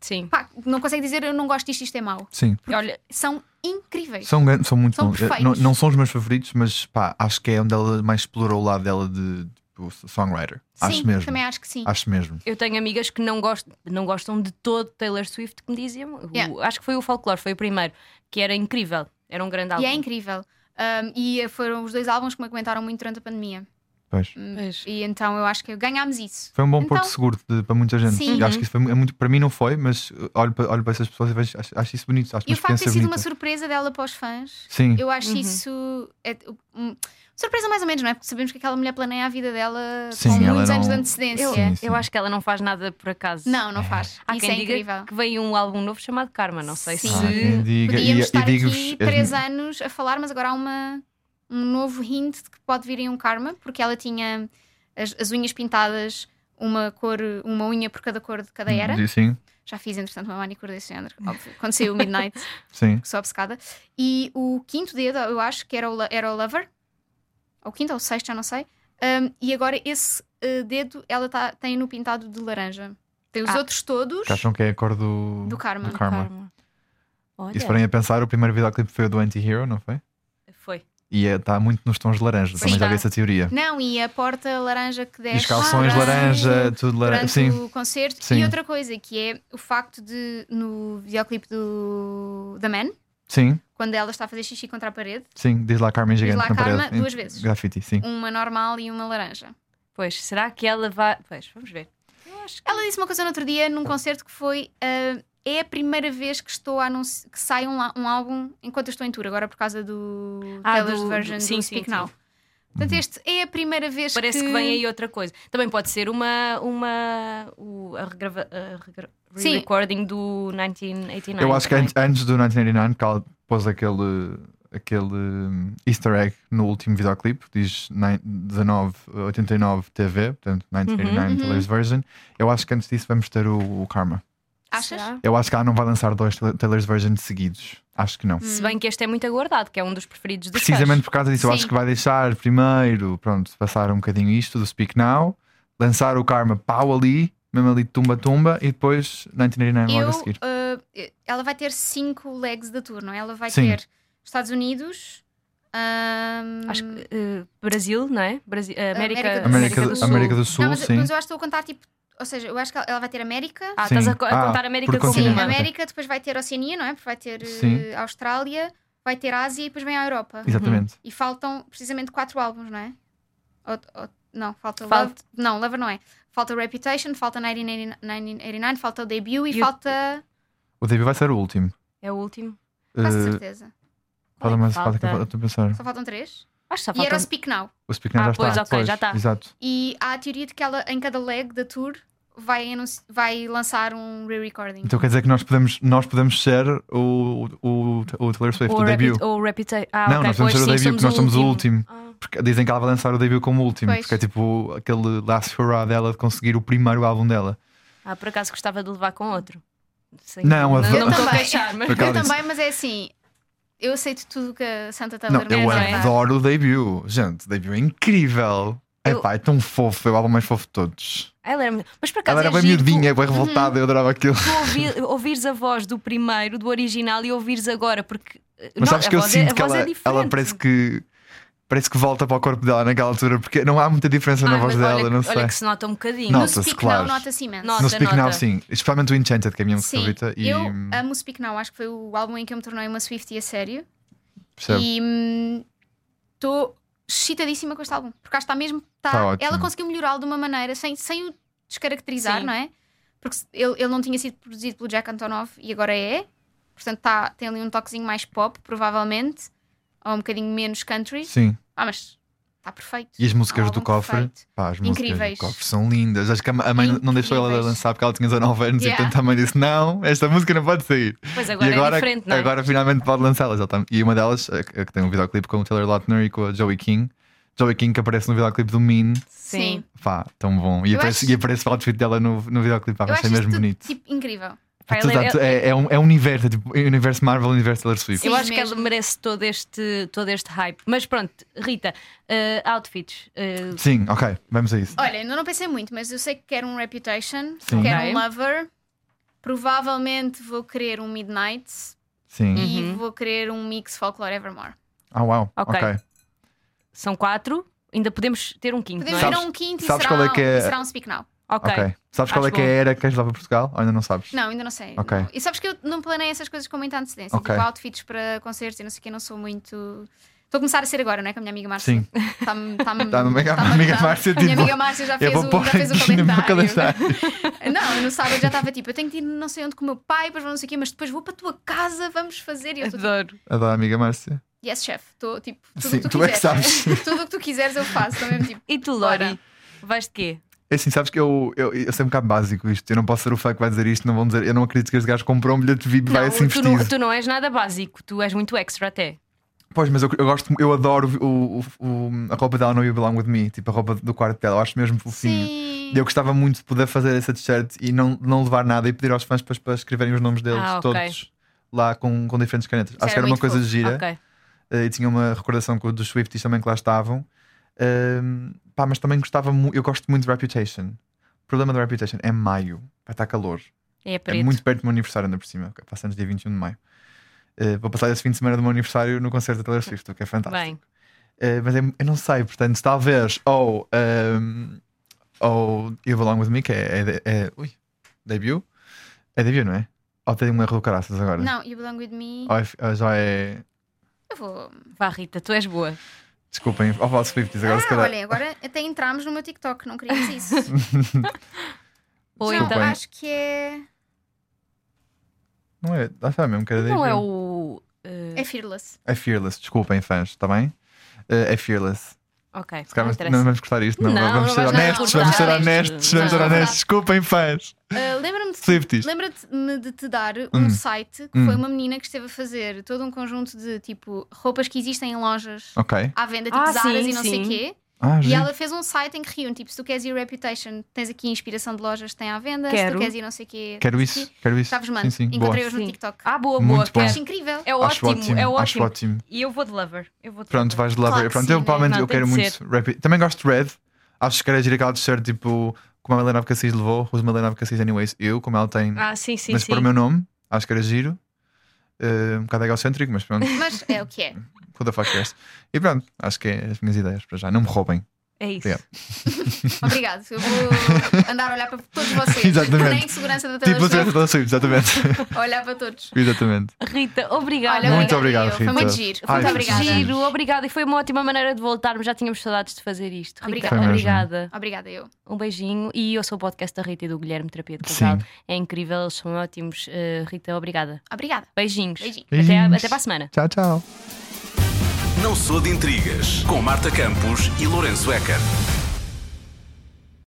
E: Sim.
A: Pá, não consegue dizer eu não gosto disto, isto é mau.
F: Sim.
E: Olha,
A: São incríveis.
F: São, gran- são muito
A: São
F: bons. Eu- Não,
A: perfeitos.
F: não são os meus favoritos, mas pá, acho que é onde ela mais explorou o lado dela de, tipo, songwriter.
A: sim,
F: acho mesmo.
A: também acho que sim.
F: Acho mesmo.
E: eu tenho amigas que não gostam, não gostam de todo de Taylor Swift que me diziam. O-
A: Yeah.
E: acho que foi o Folklore, foi o primeiro, que era incrível. Era um grande álbum.
A: E é incrível. Um, e foram os dois álbuns que me aguentaram muito durante a pandemia.
F: Pois.
E: Pois.
A: E então eu acho que ganhámos isso.
F: Foi um bom
A: Então-
F: porto seguro de- para muita gente.
A: Sim.
F: E acho que isso foi mu- é muito. Para mim não foi, mas uh, olho para, olho para essas pessoas e vejo, acho, acho isso bonito. Acho
A: E
F: uma
A: o facto de ter
F: experiência
A: sido
F: bonita.
A: uma surpresa dela para os fãs,
F: Sim,
A: eu acho
E: Uhum.
A: isso. É, hum, surpresa mais ou menos, não é? Porque sabemos que aquela mulher planeia a vida dela
F: Sim,
A: com
F: ela
A: muitos anos
F: não-
A: de antecedência.
E: Eu,
F: Sim.
E: eu acho que ela não faz nada por acaso.
A: Não, não faz.
E: Há
A: isso
E: quem
A: é
E: diga
A: incrível.
E: que veio um álbum novo chamado Karma. Não sei
A: Sim.
F: Há
E: se.
F: Ah, quem diga. E,
A: Podíamos
F: e
A: estar
F: digo-vos. eh,
A: aqui três anos a falar, mas agora há uma, um novo hint de que pode vir em um karma, porque ela tinha as, as unhas pintadas, uma cor, uma unha por cada cor de cada era.
F: Era? Sim,
A: Já fiz, entretanto, uma manicure desse género, óbvio. Quando saiu o
F: [laughs]
A: Midnight.
F: sim.
A: que sou obcecada. E o quinto dedo, eu acho que era o, lo- era o Lover, ou o quinto ou o sexto, já não sei. Um, e agora esse eh, dedo ela tá, tem no pintado de laranja. Tem os
E: Ah.
A: outros todos.
F: Que acham que é a cor do.
A: Do karma.
F: Do karma.
E: Olha,
F: E se forem a pensar, o primeiro videoclipe foi o do Anti-Hero, não foi?
E: foi.
F: E está muito nos tons de laranja.
A: Sim,
F: Também já
E: tá.
F: vi essa teoria.
A: Não, e a porta laranja que
F: E
A: desce.
F: os calções
A: durante-
F: laranja, tudo laranja.
A: Durante
F: Sim,
A: o concerto.
F: Sim.
A: E outra coisa que é o facto de, no videoclipe do The Man,
F: sim,
A: quando ela está a fazer xixi contra a parede,
F: sim. Diz lá Carmen Gigante
A: lá
F: na
A: Karma
F: parede.
A: duas vezes. Um
F: Grafite, sim.
A: uma normal e uma laranja.
E: Pois, será que ela vai. Pois, vamos ver. Eu acho que.
A: Ela disse uma coisa no outro dia num concerto que foi ah, é a primeira vez que estou a anunci- que sai um, lá- um álbum enquanto eu estou em tour, agora por causa do
E: Ah,
A: Taylor's
E: do- do-
A: Version
E: sim,
A: do
E: sim,
A: Speak
E: sim.
A: Now. Portanto,
F: Uhum.
A: este é a primeira vez
E: Parece que... vem aí outra coisa. Também pode ser uma. uma o, a regrava, a regra-
A: Sim.
E: recording do 1989.
F: Eu acho que
E: também.
F: antes, antes do 1989 que ela pôs aquele, aquele hum, easter egg no último videoclipe, diz 1989 TV, portanto 1989
A: Uhum.
F: Taylor's Version. Eu acho que antes disso vamos ter o, o Karma.
A: Achas? Hum.
E: Será?
F: Eu acho que ela não vai lançar dois Taylor- Taylor's Version seguidos. Acho que não.
A: Hum.
E: Se bem que este é muito aguardado, que é um dos preferidos dos
F: Precisamente por causa disso, eu
A: Sim.
F: acho que vai deixar primeiro, pronto, passar um bocadinho isto do Speak Now, lançar o Karma pau ali, mesmo ali tumba-tumba, e depois 1989 É logo
A: Eu,
F: a seguir.
A: ah, ela vai ter cinco legs da tour, não é? Ela vai
F: Sim.
A: ter Estados Unidos, ahm,
E: fãs. Acho que eh, Brasil, não é? Brasil, eh, América,
A: América do
F: América,
A: América
F: do
A: do
F: Sul, Sul
A: Sul. não, mas,
F: sim.
A: mas eu acho que estou a contar tipo, ou seja, eu acho que ela vai ter América,
E: Ah,
F: Sim.
E: estás a, co- a
F: Ah,
E: contar América
F: por
E: como
F: continente.
A: Sim,
E: uma.
F: América.
A: América, depois vai ter Oceania, não é? Porque vai ter eh,
F: Sim.
A: Austrália, vai ter Ásia e depois vem a Europa.
F: Exatamente.
A: E faltam precisamente quatro álbuns, não é? Ou- ou- não, falta
E: Falta-
A: Love. Não, Lover não é. Falta Reputation, falta 1989, 1989 falta o debut e,
E: E o-
A: falta.
F: O debut vai ser o último.
E: É o último. é
A: Quase
F: Eh,
A: certeza.
F: Falta mais falta que
E: Falta.
F: falta pensar.
A: Só faltam três.
E: Acho que só
A: E era
E: falta.
A: o Speak Now.
F: O Speak Now
E: Ah,
F: já está.
E: pois, ok, já está.
F: Exato.
A: E há a teoria de que ela, em cada leg da tour, vai, anunci- vai lançar um re-recording.
F: Então quer dizer que nós podemos, nós podemos ser o, o, o Taylor Swift,
E: Ou
F: o, debut.
E: Reputa- ou Reputation. Ah,
F: não,
E: ok,
F: nós
E: pois
F: podemos ser o
E: sim,
F: debut, porque nós somos o último.
E: Ah.
F: Porque dizem que ela vai lançar o debut como último,
A: Pois.
F: porque é tipo aquele last hurrah dela de conseguir o primeiro álbum dela.
E: Ah, por acaso gostava de levar com outro. sem-
F: Não, a
E: não,
F: ver- [laughs]
E: não me estou a
A: Eu
E: queixar, mas
A: [laughs]
F: Por
A: Eu
F: acaso disse-
A: também, mas é assim. Eu aceito tudo que a Santa
F: Não,
A: Taylor
F: eu
A: merece,
E: é?
A: pá.
F: adoro o debut. Gente, o debut é incrível.
E: Eu-
F: Epá, é tão fofo, foi o álbum mais fofo de todos.
E: ela era, mas por acaso
F: Ela era
E: é
F: bem
E: giro, tu-
F: miudinha, bem revoltada, eu adorava aquilo.
E: tu ouvi- ouvires a voz do primeiro, do original, e ouvires agora, porque. eh,
F: Mas
E: não,
F: sabes
E: a
F: que eu
E: voz é-
F: sinto
E: a
F: que
E: voz
F: ela,
E: é
F: ela
E: diferente.
F: parece que parece que volta para o corpo dela naquela altura, porque não há muita diferença na
E: Ai,
F: voz
E: Ah, mas
F: dela,
E: olha,
F: não
E: olha
F: sei.
E: que se nota um bocadinho.
A: No
F: Não. Nota-se,
A: Speak
F: claro.
A: Now nota-se imenso.
E: Nota.
F: No Speak Now,
E: nota.
F: sim. Especialmente o Enchanted, que é a minha música
A: Sim,
F: favorita. E
A: eu amo Speak Now, acho que foi o álbum em que eu me tornei uma Swiftie a sério.
F: percebe?
A: E estou excitadíssima com este álbum, porque acho que está mesmo. Tá,
F: Tá ótimo.
A: ela conseguiu melhorá-lo de uma maneira sem, sem o descaracterizar,
E: Sim.
A: não é? Porque se- ele, ele não tinha sido produzido pelo Jack Antonoff e agora é. Portanto, tá, tem ali um toquezinho mais pop, provavelmente, ou um bocadinho menos country.
F: Sim.
A: Ah, mas está perfeito.
F: E as músicas
A: É um
F: do
A: álbum
F: cofre?
A: perfeito.
F: Pá, as músicas
A: Incríveis.
F: do cofre são lindas. Acho que a ma- a mãe não deixou ela
A: Incríveis.
F: lançar porque ela tinha 19 anos e
A: Yeah.
F: portanto a mãe disse: Não, esta música não pode sair.
E: Pois agora,
F: e agora,
E: é diferente, não é?
F: agora finalmente pode lançá-las. Ela tá- E uma delas, a, a que tem um videoclipe com o Taylor Lautner e com a Joey King. Joey King que aparece no videoclipe do Mean.
A: Sim.
F: Pá, tão bom. E
A: Eu
F: aparece,
A: acho-
F: e aparece o outfit dela no, no videoclipe. Pá,
A: Eu acho
F: Ah, achei mesmo
A: isto
F: bonito.
A: tipo, incrível.
E: Pá,
F: Tudo
E: ela-
F: dá-
E: ela-
F: é, é um, é um universo, é tipo universo Marvel, universo Taylor Swift.
A: Sim,
E: eu acho que
A: mesmo.
E: ela merece todo este, todo este hype. Mas pronto, Rita, eh, outfits. eh,
F: Sim, ok, vamos a isso.
A: Olha, ainda não pensei muito, mas eu sei que quero um Reputation,
F: Sim.
A: quero
E: Ok.
A: um Lover, provavelmente vou querer um Midnight
F: Sim.
A: e vou querer um Mix Folklore Evermore.
F: Ah, uau.
E: Ok.
F: Ok.
E: são quatro, ainda podemos ter um quinto,
A: Podemos
E: não é?
A: ir a um quinto e
F: Sabes
A: será,
F: qual é que é-
A: e será um Speak Now.
E: Ok.
F: ok. Sabes qual
E: Acho
F: é que é a
E: bom.
F: era que queres levar para Portugal? Ou ainda não sabes?
A: Não, ainda não sei.
F: Ok.
A: Não. E sabes que eu não planei essas coisas com muita antecedência.
F: Ok.
A: Tipo, outfits para concertos e não sei o que, não sou muito. Estou a começar a ser agora, não é? Com a minha amiga Márcia.
F: Sim.
A: Está-me.
F: Tá, minha- minha amiga Márcia,
A: A minha
F: tipo,
A: amiga Márcia já
F: Eu
A: fez,
F: vou
A: o,
F: pôr
A: já fez o
F: aqui no meu
A: calendário.
F: calendário.
A: [laughs] Não, no sábado já estava tipo, eu tenho que ir não sei onde com o meu pai, depois vou não sei o quê, mas depois vou para a tua casa, vamos fazer. E eu estou tipo,
E: Adoro.
F: Adoro a amiga Márcia.
A: yes, chef, estou tipo, tudo
F: Sim,
A: o que tu,
F: tu é que
A: quiseres.
F: sabes.
A: [laughs] tudo o que tu quiseres eu faço, estou mesmo tipo.
E: E tu,
A: Bora.
E: Lori, vais de quê?
F: É assim, sabes que eu, eu, eu sei um bocado básico isto. Eu não posso ser o fã que vai dizer isto, não vão dizer. Eu não acredito que este gajo comprou um bilhete de VIP e vai assim
E: tu,
F: vestido.
E: não, tu não és nada básico, tu és muito extra até.
F: Pois, mas eu, eu gosto, eu adoro o, o- o- a roupa dela no You Belong With Me, tipo a roupa do quarto dela. Eu acho mesmo fofinho.
A: Sim.
F: E eu gostava muito de poder fazer essa t-shirt e não, não levar nada e pedir aos fãs para, para escreverem os nomes deles
E: Ah, ok.
F: todos lá com, com diferentes canetas. Acho que
A: era
F: era uma
A: muito
F: coisa
A: fofo.
F: gira.
E: Ok.
F: Eh, e tinha uma recordação com- dos Swifties também que lá estavam. Ahm, pá, mas também gostava muito, eu gosto muito de Reputation. O problema do Reputation é maio, vai estar calor.
E: É
F: É
E: preto.
F: muito perto do meu aniversário, ainda por cima. que Passa antes dia 21 de maio. Eh, vou passar esse fim de semana do meu aniversário no concerto da Taylor Swift, o que é fantástico.
E: Bem,
F: Eh, mas eu, eu não sei, portanto, talvez ou, ahm, ou You Belong With Me, que é, é, é- ui, debut. É debut, não é? Ou tem um erro do caraças agora?
A: Não, You Belong With Me.
F: Ou, é, ou já é.
A: Eu vou.
E: vá, Rita, tu és boa.
F: Desculpem, ou falo Swifties agora se
A: Ah,
F: calhar.
A: olha, agora até entramos no meu TikTok, não queríamos isso.
E: [laughs] Ou
A: não,
E: então.
A: acho que é.
F: Não é, acho que é mesmo que era
E: Não
F: debut.
E: é o. eh,
A: É Fearless.
F: É Fearless, desculpem, fãs, está bem? Eh, é Fearless.
E: ok.
F: Se
E: não
F: calhar vamos-
E: interessa.
F: não vamos cortar isto, não.
E: Não,
F: vamos
E: não
F: ser
E: vais- não,
F: honestos,
A: não,
F: vamos ser
A: não, não,
F: honestos,
E: não,
F: vamos ser
E: não,
A: não.
F: honestos. Desculpem, fãs.
A: Ah, Lembra-me de
F: Swifties.
A: Lembra-te de te dar um
F: Hum.
A: site que
F: Hum.
A: foi uma menina que esteve a fazer todo um conjunto de tipo roupas que existem em lojas
F: Ok.
A: à venda, tipo
E: Ah,
A: Zaras
E: sim,
A: e não sei
E: sim.
A: o quê.
F: Ah,
A: E
F: giro.
A: ela fez um site em que reúne, tipo, se tu queres ir Reputation, tens aqui inspiração de lojas que têm à venda, se
E: Quero.
A: tu queres ir não sei o quê.
F: Quero
A: não sei
F: isso,
A: o quê.
F: quero isso.
A: Já vos
F: Sim,
A: mando.
F: sim, boa.
A: Encontrei-os no
E: Sim.
A: TikTok.
E: Ah, boa, boa.
F: Muito bom.
E: quero.
A: Acho incrível.
E: É
F: Acho
E: ótimo,
F: ótimo,
E: é
F: acho
E: ótimo.
F: ótimo.
E: E eu vou de lover. Eu vou de
F: Pronto,
E: lover.
F: vais de Lover.
A: Claro que
F: Pronto,
A: sim,
F: eu
A: né?
F: provavelmente
E: Não,
F: eu
E: tem
F: quero
E: de
F: muito
E: ser.
F: rap. Também gosto de Red. Acho que queria ir aquela t-shirt tipo como a Helena Abcacis levou, usa uma Helena Abcacis anyways. Eu, como ela tem.
E: Ah, sim, sim,
F: mas
E: sim.
F: para o meu nome, acho que era giro. Eh, um bocado egocêntrico, mas pronto,
A: Mas é o que é.
F: what the fuck yes. E pronto, acho que é as minhas ideias para já. Não me roubem.
E: É isso.
F: Obrigado.
A: Obrigado. Eu vou andar a olhar para
F: [laughs]
A: todos vocês.
F: Exatamente.
A: Nem segurança da
F: Tipo, [laughs]
A: Taylor
F: você
A: Swift,
F: Taylor Swift,
A: [laughs]
F: exatamente.
A: a olhar para todos.
F: exatamente.
E: Rita, obrigada.
A: Olha,
F: muito
A: obrigada,
F: obrigado,
A: eu.
F: Rita.
A: Foi muito giro.
F: Ai,
A: Muito
F: foi
A: obrigada.
E: Giro, obrigada. E foi uma ótima maneira de voltarmos. Já tínhamos saudades de fazer isto. Rita,
A: Obrigada. Foi
F: mesmo.
E: obrigada.
A: Obrigada, eu.
E: Um beijinho. E eu sou o podcast da Rita e do Guilherme Terapia de
F: Sim.
E: Casal. É incrível, eles são ótimos. Eh, Rita, obrigada.
A: Obrigada.
E: Beijinhos.
A: Beijinhos.
E: Até, à-
F: Beijinhos.
E: até para a semana.
F: Tchau, tchau.
D: Não sou de intrigas com Marta Campos e Lourenço Eker.